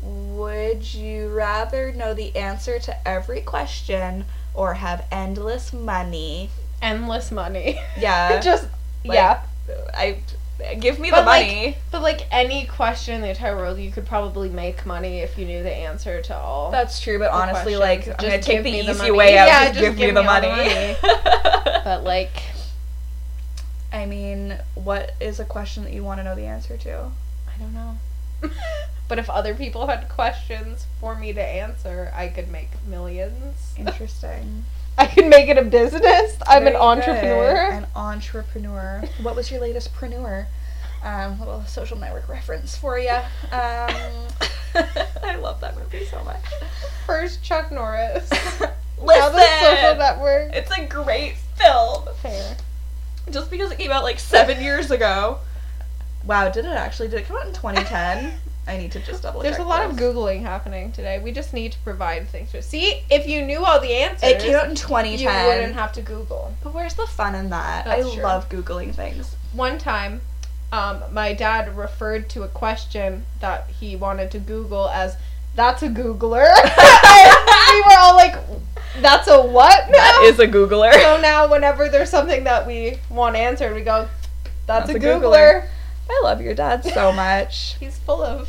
[SPEAKER 2] Would you rather know the answer to every question or have endless money?
[SPEAKER 3] Endless money.
[SPEAKER 2] Yeah.
[SPEAKER 3] just
[SPEAKER 2] like,
[SPEAKER 3] yeah.
[SPEAKER 2] I give me
[SPEAKER 3] But,
[SPEAKER 2] the
[SPEAKER 3] like,
[SPEAKER 2] money.
[SPEAKER 3] But like any question in the entire world, you could probably make money if you knew the answer to all.
[SPEAKER 2] That's true, but honestly,
[SPEAKER 3] questions.
[SPEAKER 2] like
[SPEAKER 3] Just
[SPEAKER 2] I'm gonna
[SPEAKER 3] give
[SPEAKER 2] take the
[SPEAKER 3] me the
[SPEAKER 2] easy
[SPEAKER 3] money.
[SPEAKER 2] way out.
[SPEAKER 3] Yeah,
[SPEAKER 2] just, give, me, the
[SPEAKER 3] all
[SPEAKER 2] money.
[SPEAKER 3] the but like,
[SPEAKER 2] I mean, what is a question that you want to know the answer to?
[SPEAKER 3] I don't know. but if other people had questions for me to answer, I could make millions.
[SPEAKER 2] Interesting.
[SPEAKER 3] I could make it a business. I'm
[SPEAKER 2] Very
[SPEAKER 3] an
[SPEAKER 2] good.
[SPEAKER 3] entrepreneur.
[SPEAKER 2] An entrepreneur. What was your latest preneur? Um, little social network reference for you. Um, I love that movie so much.
[SPEAKER 3] First Chuck Norris.
[SPEAKER 2] Listen,
[SPEAKER 3] now the social network.
[SPEAKER 2] it's a great film.
[SPEAKER 3] Fair.
[SPEAKER 2] Just because it came out like seven years ago. Wow, did it actually? Did it come out in 2010? I need to just double.
[SPEAKER 3] There's
[SPEAKER 2] check
[SPEAKER 3] a lot of
[SPEAKER 2] this.
[SPEAKER 3] googling happening today. We just need to provide things. For- See, if you knew all the answers,
[SPEAKER 2] It came out in
[SPEAKER 3] you wouldn't
[SPEAKER 2] 2010.
[SPEAKER 3] have to Google.
[SPEAKER 2] But where's the fun in that?
[SPEAKER 3] That's
[SPEAKER 2] I
[SPEAKER 3] true.
[SPEAKER 2] love googling things.
[SPEAKER 3] One time, um, my dad referred to a question that he wanted to Google as "That's a Googler." And we were all like, "That's a what?" Now?
[SPEAKER 2] a googler.
[SPEAKER 3] so now, whenever there's something that we want answered, we go,
[SPEAKER 2] That's
[SPEAKER 3] "That's, a,
[SPEAKER 2] a
[SPEAKER 3] Googler.
[SPEAKER 2] I love your dad so much.
[SPEAKER 3] He's full of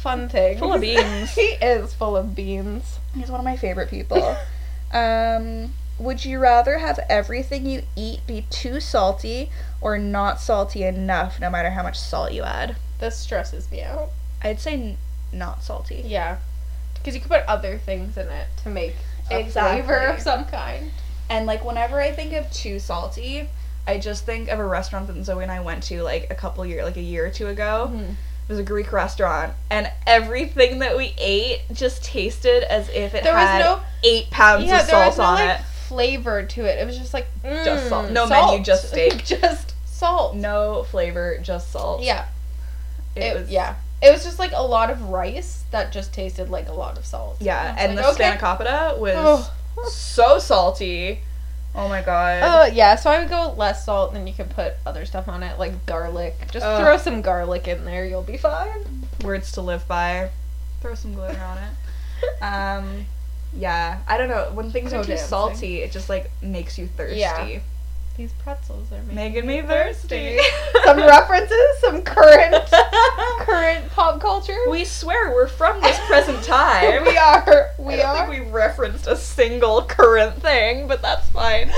[SPEAKER 3] fun things.
[SPEAKER 2] Full of beans.
[SPEAKER 3] he is full of beans.
[SPEAKER 2] He's one of my favorite people. Um, would you rather have everything you eat be too salty or not salty enough, no matter how much salt you add?
[SPEAKER 3] This stresses me out.
[SPEAKER 2] I'd say n- not salty.
[SPEAKER 3] Yeah. Because you could put other things in it to make a
[SPEAKER 2] Exactly.
[SPEAKER 3] flavor of some kind.
[SPEAKER 2] And like whenever I think of too salty, I just think of a restaurant that Zoe and I went to like a couple year, like a year or two ago.
[SPEAKER 3] Mm-hmm.
[SPEAKER 2] It was a Greek restaurant, and everything that we ate just tasted as if it
[SPEAKER 3] There was
[SPEAKER 2] had
[SPEAKER 3] no-
[SPEAKER 2] eight pounds
[SPEAKER 3] Yeah,
[SPEAKER 2] of
[SPEAKER 3] there was
[SPEAKER 2] salt
[SPEAKER 3] no
[SPEAKER 2] on
[SPEAKER 3] like
[SPEAKER 2] it.
[SPEAKER 3] flavor to it. It was just like mm,
[SPEAKER 2] Just salt. No
[SPEAKER 3] salt.
[SPEAKER 2] menu, just steak.
[SPEAKER 3] just salt.
[SPEAKER 2] No flavor, just salt.
[SPEAKER 3] Yeah.
[SPEAKER 2] it,
[SPEAKER 3] It,
[SPEAKER 2] was.
[SPEAKER 3] yeah. It was just like a lot of rice that just tasted like a lot of salt.
[SPEAKER 2] Yeah,
[SPEAKER 3] I was
[SPEAKER 2] and
[SPEAKER 3] like,
[SPEAKER 2] the
[SPEAKER 3] okay.
[SPEAKER 2] spanakopita was
[SPEAKER 3] Oh.
[SPEAKER 2] so salty. Oh my god.
[SPEAKER 3] Uh, yeah, so I would go with less salt, and then you could put other stuff on it, like garlic. Just
[SPEAKER 2] Ugh.
[SPEAKER 3] throw some garlic in there, you'll be fine.
[SPEAKER 2] Words to live by. Throw some glitter on it.
[SPEAKER 3] Uh,
[SPEAKER 2] Um, yeah, I don't know. When things are too
[SPEAKER 3] Co-dancing.
[SPEAKER 2] salty, it just like makes you thirsty.
[SPEAKER 3] Yeah. These pretzels are making
[SPEAKER 2] Making me thirsty.
[SPEAKER 3] some references, some current current pop culture.
[SPEAKER 2] we swear we're from this present time.
[SPEAKER 3] we are. We
[SPEAKER 2] I don't
[SPEAKER 3] are.
[SPEAKER 2] think we referenced a single current thing, but that's fine.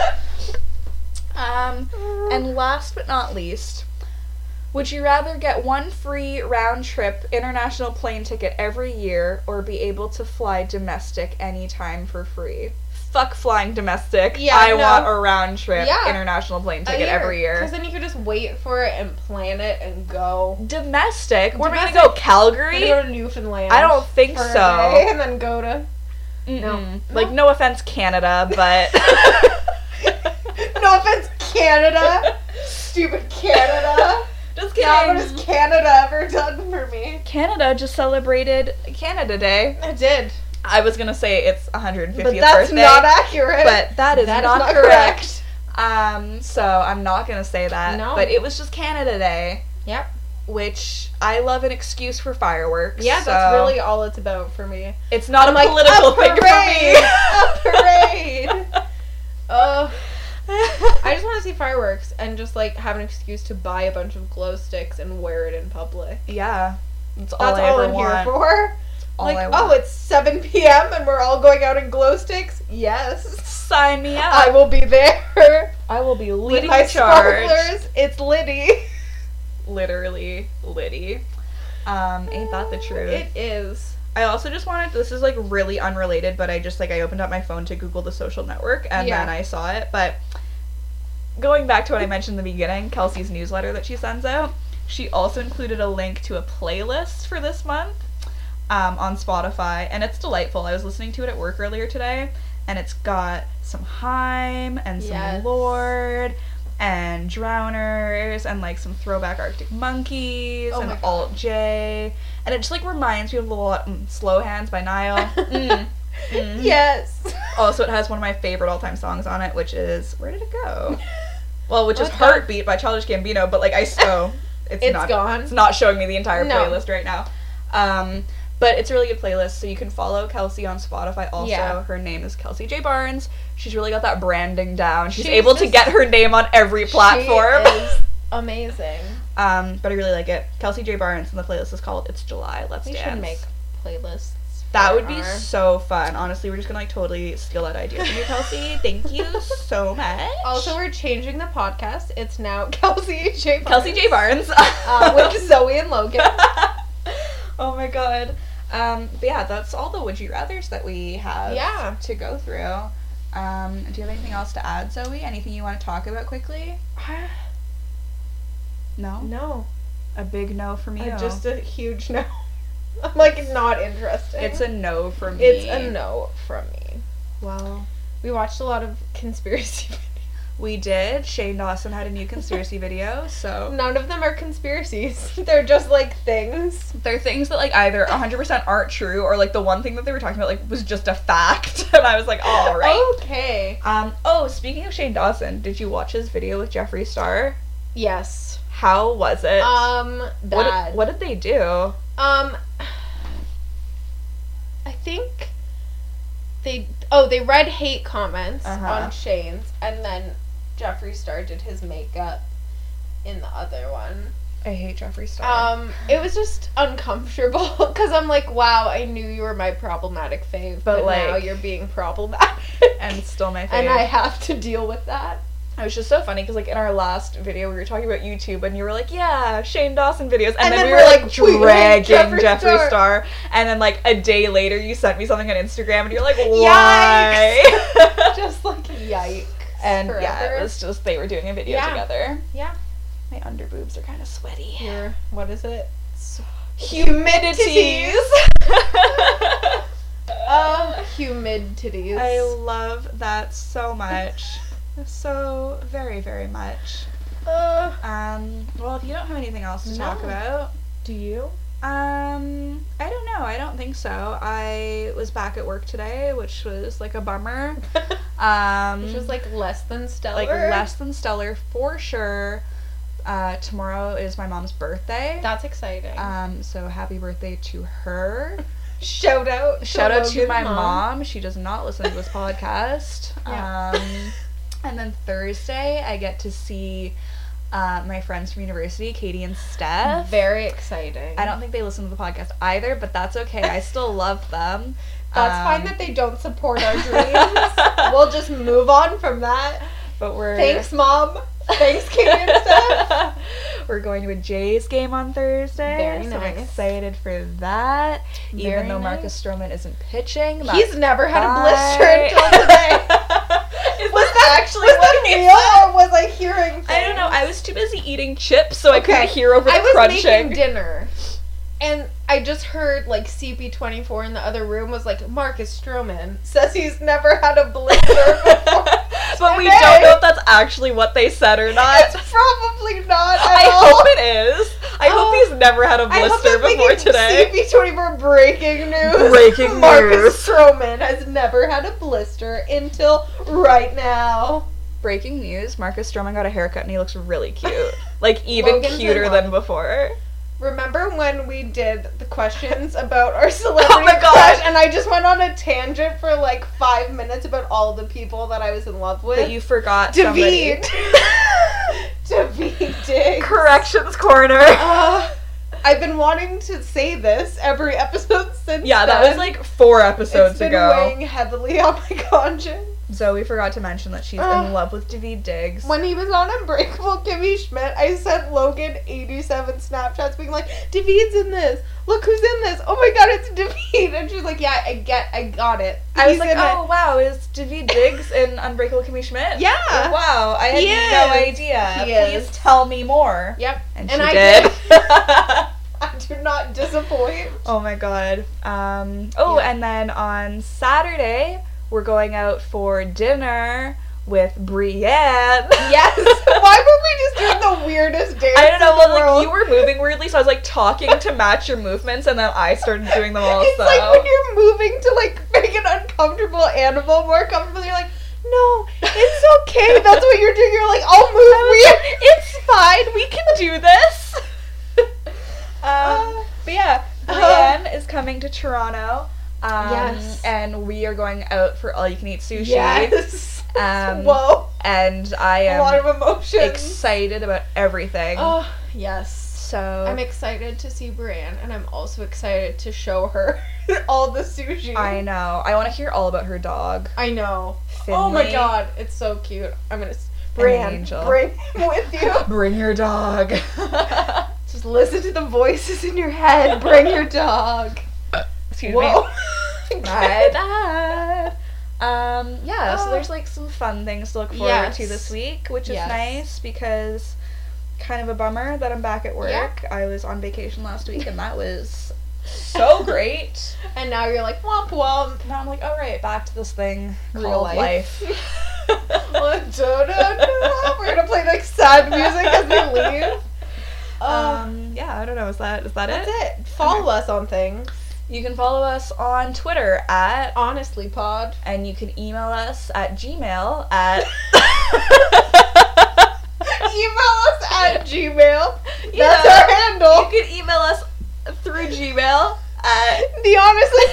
[SPEAKER 2] Um, and last but not least, would you rather get one free round trip international plane ticket every year or be able to fly domestic anytime for free? Fuck flying domestic.
[SPEAKER 3] Yeah,
[SPEAKER 2] I
[SPEAKER 3] no.
[SPEAKER 2] want a round trip
[SPEAKER 3] Yeah.
[SPEAKER 2] international plane ticket every
[SPEAKER 3] Because
[SPEAKER 2] year.
[SPEAKER 3] then you could just wait for it and plan it and go.
[SPEAKER 2] Domestic? We're gonna
[SPEAKER 3] Domestic?
[SPEAKER 2] go
[SPEAKER 3] We're
[SPEAKER 2] Calgary?
[SPEAKER 3] gonna go to Newfoundland.
[SPEAKER 2] I don't think
[SPEAKER 3] for a
[SPEAKER 2] so.
[SPEAKER 3] day and then go to.
[SPEAKER 2] Mm-mm.
[SPEAKER 3] No.
[SPEAKER 2] Like, no offense, Canada, but.
[SPEAKER 3] No offense, Canada. Stupid Canada.
[SPEAKER 2] Just
[SPEAKER 3] Yeah,
[SPEAKER 2] kidding.
[SPEAKER 3] what has Canada ever done for me?
[SPEAKER 2] Canada just celebrated Canada Day.
[SPEAKER 3] I did,
[SPEAKER 2] I was gonna say it's 150th
[SPEAKER 3] but that's
[SPEAKER 2] birthday,
[SPEAKER 3] not accurate.
[SPEAKER 2] but that is
[SPEAKER 3] That
[SPEAKER 2] not, correct. Um, so I'm not gonna say that.
[SPEAKER 3] No.
[SPEAKER 2] But it was just Canada Day,
[SPEAKER 3] Yep.
[SPEAKER 2] which I love an excuse for fireworks.
[SPEAKER 3] Yeah,
[SPEAKER 2] so
[SPEAKER 3] that's really all it's about for me.
[SPEAKER 2] it's not
[SPEAKER 3] I'm
[SPEAKER 2] a
[SPEAKER 3] like,
[SPEAKER 2] political
[SPEAKER 3] a
[SPEAKER 2] thing
[SPEAKER 3] parade,
[SPEAKER 2] for me.
[SPEAKER 3] Oh,
[SPEAKER 2] parade.
[SPEAKER 3] I just want to see fireworks and just like have an excuse to buy a bunch of glow sticks and wear it in public.
[SPEAKER 2] yeah, that's all
[SPEAKER 3] That's
[SPEAKER 2] I
[SPEAKER 3] all,
[SPEAKER 2] ever
[SPEAKER 3] I'm
[SPEAKER 2] want.
[SPEAKER 3] here for.
[SPEAKER 2] All
[SPEAKER 3] like,
[SPEAKER 2] I
[SPEAKER 3] oh,
[SPEAKER 2] want.
[SPEAKER 3] it's 7 p.m. and we're all going out in glow sticks. Yes,
[SPEAKER 2] sign me up.
[SPEAKER 3] I will be there
[SPEAKER 2] I will be
[SPEAKER 3] with
[SPEAKER 2] leading
[SPEAKER 3] my
[SPEAKER 2] the charge.
[SPEAKER 3] sparklers. It's Liddy.
[SPEAKER 2] Literally, Liddy. Um, ain't that the truth?
[SPEAKER 3] It is.
[SPEAKER 2] I also just wanted this is like really unrelated, but I just like I opened up my phone to Google the social network and
[SPEAKER 3] Yeah.
[SPEAKER 2] then I saw it. But going back to what I mentioned in the beginning, Kelsey's newsletter that she sends out, she also included a link to a playlist for this month um, on Spotify, and it's delightful. I was listening to it at work earlier today, and it's got some Haim and some
[SPEAKER 3] Yes.
[SPEAKER 2] Lord and Drowners and like some throwback Arctic Monkeys
[SPEAKER 3] Oh
[SPEAKER 2] and
[SPEAKER 3] my God.
[SPEAKER 2] Alt J, and it just like reminds me of the lot mm, Slow Hands by Nile. Mm, mm.
[SPEAKER 3] Yes.
[SPEAKER 2] Also, it has one of my favorite all-time songs on it, which is where did it go? Well, which
[SPEAKER 3] Oh,
[SPEAKER 2] is
[SPEAKER 3] it's gone.
[SPEAKER 2] Heartbeat by Childish Gambino, but like I so it's,
[SPEAKER 3] It's
[SPEAKER 2] not
[SPEAKER 3] gone.
[SPEAKER 2] it's not showing me the entire
[SPEAKER 3] No.
[SPEAKER 2] playlist right now. Um, but it's a really good playlist, so you can follow Kelsey on Spotify also.
[SPEAKER 3] Yeah.
[SPEAKER 2] Her name is Kelsey J. Barnes. She's really got that branding down. She's,
[SPEAKER 3] She's
[SPEAKER 2] able to
[SPEAKER 3] just-
[SPEAKER 2] get her name on every platform.
[SPEAKER 3] She is amazing.
[SPEAKER 2] Um, but I really like it. Kelsey J. Barnes, and the playlist is called It's July. Let's
[SPEAKER 3] We
[SPEAKER 2] Dance.
[SPEAKER 3] should make playlists.
[SPEAKER 2] That
[SPEAKER 3] for
[SPEAKER 2] would be
[SPEAKER 3] our-
[SPEAKER 2] so fun. Honestly, we're just gonna like totally steal that idea from you, Kelsey. Thank you so much.
[SPEAKER 3] Also, we're changing the podcast. It's now Kelsey J. Barnes,
[SPEAKER 2] Kelsey J. Barnes.
[SPEAKER 3] uh, with Zoe and Logan.
[SPEAKER 2] oh my god. Um, but yeah, that's all the would you rather's that we have
[SPEAKER 3] Yeah.
[SPEAKER 2] to go through. Um, do you have anything else to add, Zoe? Anything you want to talk about quickly? No?
[SPEAKER 3] no,
[SPEAKER 2] A big no from you.
[SPEAKER 3] uh, just a huge no. I'm like not interested.
[SPEAKER 2] it's a no from me.
[SPEAKER 3] it's a no from me.
[SPEAKER 2] Well,
[SPEAKER 3] We watched a lot of conspiracy. videos.
[SPEAKER 2] We did. Shane Dawson had a new conspiracy video, so
[SPEAKER 3] None of them are conspiracies. They're just like things.
[SPEAKER 2] they're things that like either 100% aren't true or like the one thing that they were talking about like was just a fact, and I was like, all
[SPEAKER 3] Oh.
[SPEAKER 2] right.
[SPEAKER 3] Okay.
[SPEAKER 2] Um. Oh, speaking of Shane Dawson, did you watch his video with Jeffree Star?
[SPEAKER 3] Yes.
[SPEAKER 2] How was it?
[SPEAKER 3] Um
[SPEAKER 2] what,
[SPEAKER 3] bad.
[SPEAKER 2] did, what did they do?
[SPEAKER 3] Um I think they oh, they read hate comments
[SPEAKER 2] Uh-huh.
[SPEAKER 3] on Shane's and then Jeffree Star did his makeup in the other one.
[SPEAKER 2] I hate Jeffree Star.
[SPEAKER 3] Um it was just uncomfortable cuz I'm like, wow, I knew you were my problematic fave, but,
[SPEAKER 2] But,
[SPEAKER 3] now
[SPEAKER 2] like-
[SPEAKER 3] you're being problematic.
[SPEAKER 2] and still my favorite.
[SPEAKER 3] and I have to deal with that.
[SPEAKER 2] It was just so funny because like in our last video we were talking about YouTube and you were like, yeah, Shane Dawson videos, and,
[SPEAKER 3] And
[SPEAKER 2] then,
[SPEAKER 3] then
[SPEAKER 2] we
[SPEAKER 3] we're
[SPEAKER 2] were
[SPEAKER 3] like,
[SPEAKER 2] like
[SPEAKER 3] we hate
[SPEAKER 2] dragging
[SPEAKER 3] Jeffree
[SPEAKER 2] Jeffree,
[SPEAKER 3] Star.
[SPEAKER 2] Star. and then like a day later you sent me something on Instagram and you're like,
[SPEAKER 3] Yikes.
[SPEAKER 2] why?
[SPEAKER 3] Just like yikes.
[SPEAKER 2] and
[SPEAKER 3] forever.
[SPEAKER 2] yeah, it was just they were doing a video
[SPEAKER 3] Yeah.
[SPEAKER 2] together.
[SPEAKER 3] Yeah.
[SPEAKER 2] My underboobs are kind of sweaty.
[SPEAKER 3] Your what is it?
[SPEAKER 2] Humidities.
[SPEAKER 3] Um, humid titties.
[SPEAKER 2] I love that so much, so very very much.
[SPEAKER 3] uh,
[SPEAKER 2] Um, well, if you don't have anything else to talk
[SPEAKER 3] No.
[SPEAKER 2] about,
[SPEAKER 3] do you?
[SPEAKER 2] um, I don't know. I don't think so. I was back at work today, which was like a bummer. Um,
[SPEAKER 3] Which was like less than stellar.
[SPEAKER 2] like less than stellar for sure. Uh, tomorrow is my mom's birthday.
[SPEAKER 3] That's exciting.
[SPEAKER 2] Um, so happy birthday to her.
[SPEAKER 3] shout out.
[SPEAKER 2] Shout out to
[SPEAKER 3] Logan's
[SPEAKER 2] my mom. She does not listen to this podcast.
[SPEAKER 3] Yeah.
[SPEAKER 2] Um, and then Thursday, I get to see uh, my friends from university, Katie and Steph.
[SPEAKER 3] Very exciting.
[SPEAKER 2] I don't think they listen to the podcast either, but that's okay. I still love them.
[SPEAKER 3] That's fine
[SPEAKER 2] Um,
[SPEAKER 3] that they don't support our dreams. we'll just move on from that.
[SPEAKER 2] but we're
[SPEAKER 3] Thanks, mom. Thanks, Katie and Steph.
[SPEAKER 2] we're going to a Jays game on Thursday.
[SPEAKER 3] Very
[SPEAKER 2] so I'm
[SPEAKER 3] nice.
[SPEAKER 2] excited for that.
[SPEAKER 3] Very
[SPEAKER 2] Even though Marcus Stroman isn't pitching, that's
[SPEAKER 3] He's never had a blister
[SPEAKER 2] fine.
[SPEAKER 3] until today.
[SPEAKER 2] Is
[SPEAKER 3] Was
[SPEAKER 2] that
[SPEAKER 3] that
[SPEAKER 2] actually
[SPEAKER 3] was
[SPEAKER 2] what
[SPEAKER 3] that
[SPEAKER 2] he
[SPEAKER 3] real
[SPEAKER 2] said?
[SPEAKER 3] or was I hearing? Things?
[SPEAKER 2] I don't know. I was too busy eating chips, so I
[SPEAKER 3] Okay.
[SPEAKER 2] couldn't hear over the
[SPEAKER 3] I was
[SPEAKER 2] crunching.
[SPEAKER 3] making dinner, and I just heard like CP24 in the other room was like Marcus Stroman says he's never had a blister before.
[SPEAKER 2] but we
[SPEAKER 3] today.
[SPEAKER 2] don't know if that's actually what they said or not.
[SPEAKER 3] It's probably not at
[SPEAKER 2] I
[SPEAKER 3] all.
[SPEAKER 2] hope it is. I
[SPEAKER 3] Oh.
[SPEAKER 2] hope he's never had a
[SPEAKER 3] I hope they're
[SPEAKER 2] blister before
[SPEAKER 3] thinking
[SPEAKER 2] today.
[SPEAKER 3] CP24 breaking news.
[SPEAKER 2] Breaking
[SPEAKER 3] Marcus
[SPEAKER 2] news.
[SPEAKER 3] Stroman has never had a blister until right now.
[SPEAKER 2] Breaking news: Marcus Stroman got a haircut and he looks really cute. Like even
[SPEAKER 3] Logan's in
[SPEAKER 2] cuter
[SPEAKER 3] love.
[SPEAKER 2] than before.
[SPEAKER 3] Remember when we did the questions about our celebrity
[SPEAKER 2] Oh my God.
[SPEAKER 3] crush, and I just went on a tangent for like five minutes about all the people that I was in love with.
[SPEAKER 2] That you forgot somebody.
[SPEAKER 3] David, David Diggs.
[SPEAKER 2] Corrections corner.
[SPEAKER 3] Uh, I've been wanting to say this every episode since.
[SPEAKER 2] Yeah, that
[SPEAKER 3] then.
[SPEAKER 2] was like four
[SPEAKER 3] it's
[SPEAKER 2] episodes
[SPEAKER 3] been
[SPEAKER 2] ago.
[SPEAKER 3] weighing heavily on my conscience.
[SPEAKER 2] Zoe forgot to mention that she's
[SPEAKER 3] Ugh.
[SPEAKER 2] in love with David Diggs.
[SPEAKER 3] Ah. When he was on Unbreakable Kimmy Schmidt, I sent Logan 87 Snapchats being like, David's in this. Look who's in this. Oh my god, it's David. And she's like, Yeah, I get, I got it.
[SPEAKER 2] I was
[SPEAKER 3] He's
[SPEAKER 2] like,
[SPEAKER 3] in it."
[SPEAKER 2] oh wow, is David Diggs in Unbreakable Kimmy Schmidt?
[SPEAKER 3] Yeah.
[SPEAKER 2] Wow, I had
[SPEAKER 3] He
[SPEAKER 2] no
[SPEAKER 3] is.
[SPEAKER 2] idea.
[SPEAKER 3] He
[SPEAKER 2] Please
[SPEAKER 3] is.
[SPEAKER 2] tell me more.
[SPEAKER 3] Yep.
[SPEAKER 2] And,
[SPEAKER 3] And
[SPEAKER 2] she
[SPEAKER 3] I
[SPEAKER 2] did.
[SPEAKER 3] I do not disappoint.
[SPEAKER 2] oh my god. Um, oh,
[SPEAKER 3] Yeah.
[SPEAKER 2] and then on Saturday we're going out for dinner with Brienne.
[SPEAKER 3] Yes. Why were we just doing the weirdest dance?
[SPEAKER 2] I don't know,
[SPEAKER 3] in the
[SPEAKER 2] but like
[SPEAKER 3] world?
[SPEAKER 2] you were moving weirdly, so I was like talking to match your movements, and then I started doing them also.
[SPEAKER 3] It's like when you're moving to like make an uncomfortable animal more comfortable. You're like, no, it's okay. That's what you're doing. You're like, I'll move weird.
[SPEAKER 2] it's fine. We can do this. um, but yeah,
[SPEAKER 3] Uh,
[SPEAKER 2] Brienne is coming to Toronto. Um,
[SPEAKER 3] Yes.
[SPEAKER 2] And we are going out for all you can eat sushi.
[SPEAKER 3] Yes.
[SPEAKER 2] Um,
[SPEAKER 3] Whoa,
[SPEAKER 2] And I
[SPEAKER 3] a lot
[SPEAKER 2] am
[SPEAKER 3] of emotions.
[SPEAKER 2] excited about everything.
[SPEAKER 3] oh yes.
[SPEAKER 2] So
[SPEAKER 3] I'm excited to see Brienne, and I'm also excited to show her all the sushi.
[SPEAKER 2] I know. I want to hear all about her dog.
[SPEAKER 3] I know.
[SPEAKER 2] Finley.
[SPEAKER 3] Oh my god, it's so cute. I'm gonna. s-
[SPEAKER 2] an
[SPEAKER 3] Brienne,
[SPEAKER 2] angel.
[SPEAKER 3] bring him with you.
[SPEAKER 2] Bring your dog.
[SPEAKER 3] Just listen to the voices in your head. Bring your dog.
[SPEAKER 2] Excuse me.
[SPEAKER 3] Whoa.
[SPEAKER 2] my bad. Um, yeah,
[SPEAKER 3] Oh.
[SPEAKER 2] so there's like some fun things to look forward to
[SPEAKER 3] Yes.
[SPEAKER 2] this week, which is
[SPEAKER 3] Yes.
[SPEAKER 2] nice because kind of a bummer that I'm back at work. I was on vacation last week and that was so great.
[SPEAKER 3] And now you're like, womp womp.
[SPEAKER 2] Now I'm like, all right, back to this thing,
[SPEAKER 3] Real
[SPEAKER 2] real
[SPEAKER 3] life.
[SPEAKER 2] life.
[SPEAKER 3] We're gonna play like sad music as we leave. Um,
[SPEAKER 2] um, yeah, I don't know. Is that is that
[SPEAKER 3] that's
[SPEAKER 2] it?
[SPEAKER 3] it. Follow us on things.
[SPEAKER 2] You can follow us on Twitter at
[SPEAKER 3] Honestly, pod.
[SPEAKER 2] and you can email us at gmail at
[SPEAKER 3] Email us at Gmail.
[SPEAKER 2] You
[SPEAKER 3] That's
[SPEAKER 2] know,
[SPEAKER 3] our handle.
[SPEAKER 2] You can email us through Gmail at
[SPEAKER 3] The Honestly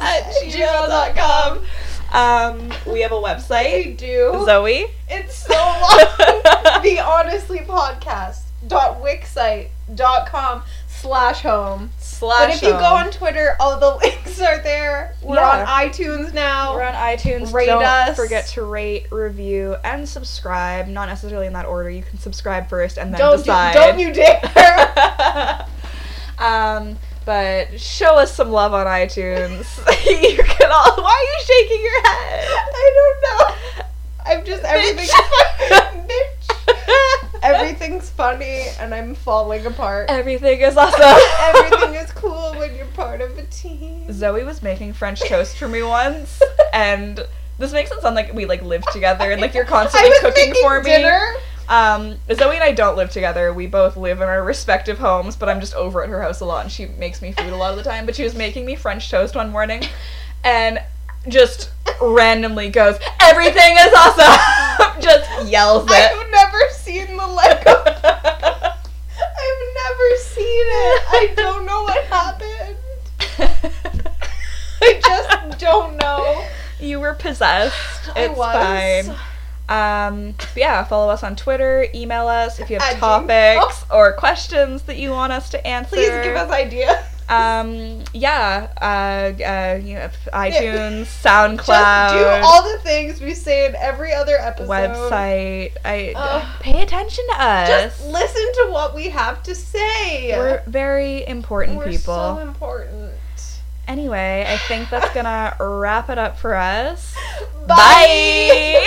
[SPEAKER 2] at gmail.com. Um, we have a website.
[SPEAKER 3] We do.
[SPEAKER 2] Zoe.
[SPEAKER 3] It's so long. the Honestly Podcast dot wixsite dot com slash home.
[SPEAKER 2] Slash.
[SPEAKER 3] But if you go
[SPEAKER 2] home.
[SPEAKER 3] on Twitter, all the links are there. We're
[SPEAKER 2] Yeah.
[SPEAKER 3] on iTunes now.
[SPEAKER 2] We're on iTunes.
[SPEAKER 3] Rate
[SPEAKER 2] Don't
[SPEAKER 3] us.
[SPEAKER 2] forget to rate, review, and subscribe. Not necessarily in that order. You can subscribe first and then
[SPEAKER 3] don't
[SPEAKER 2] decide.
[SPEAKER 3] do, don't you dare.
[SPEAKER 2] um, but show us some love on iTunes. you can all. Why are you shaking your head?
[SPEAKER 3] I don't know. I'm just everything's
[SPEAKER 2] Bitch.
[SPEAKER 3] Bitch. everything's funny, and I'm falling apart.
[SPEAKER 2] Everything is awesome.
[SPEAKER 3] Everything is cool when you're part of a team.
[SPEAKER 2] Zoe was making French toast for me once, and this makes it sound like we like live together and like you're
[SPEAKER 3] I
[SPEAKER 2] constantly
[SPEAKER 3] was
[SPEAKER 2] cooking
[SPEAKER 3] making
[SPEAKER 2] for me.
[SPEAKER 3] Dinner.
[SPEAKER 2] Um, Zoe and I don't live together. We both live in our respective homes, but I'm just over at her house a lot, and she makes me food a lot of the time. But she was making me French toast one morning, and just randomly goes, "Everything is awesome!" just yells it.
[SPEAKER 3] I've never seen the like. I've never seen it. I don't know what happened. I just don't know.
[SPEAKER 2] you were possessed.
[SPEAKER 3] I
[SPEAKER 2] It's
[SPEAKER 3] was.
[SPEAKER 2] fine. Um, but yeah, follow us on Twitter, email us if you have
[SPEAKER 3] At Gmail.
[SPEAKER 2] topics or questions that you want us to answer.
[SPEAKER 3] Please give us ideas.
[SPEAKER 2] Um, yeah, uh, uh, you know, iTunes,
[SPEAKER 3] Just do
[SPEAKER 2] SoundCloud,
[SPEAKER 3] all the things we say in every other episode.
[SPEAKER 2] website. I
[SPEAKER 3] Ugh.
[SPEAKER 2] pay attention to us.
[SPEAKER 3] Just listen to what we have to say.
[SPEAKER 2] We're very important
[SPEAKER 3] We're
[SPEAKER 2] people.
[SPEAKER 3] so important.
[SPEAKER 2] anyway, I think that's gonna wrap it up for us.
[SPEAKER 3] Bye.
[SPEAKER 2] Bye.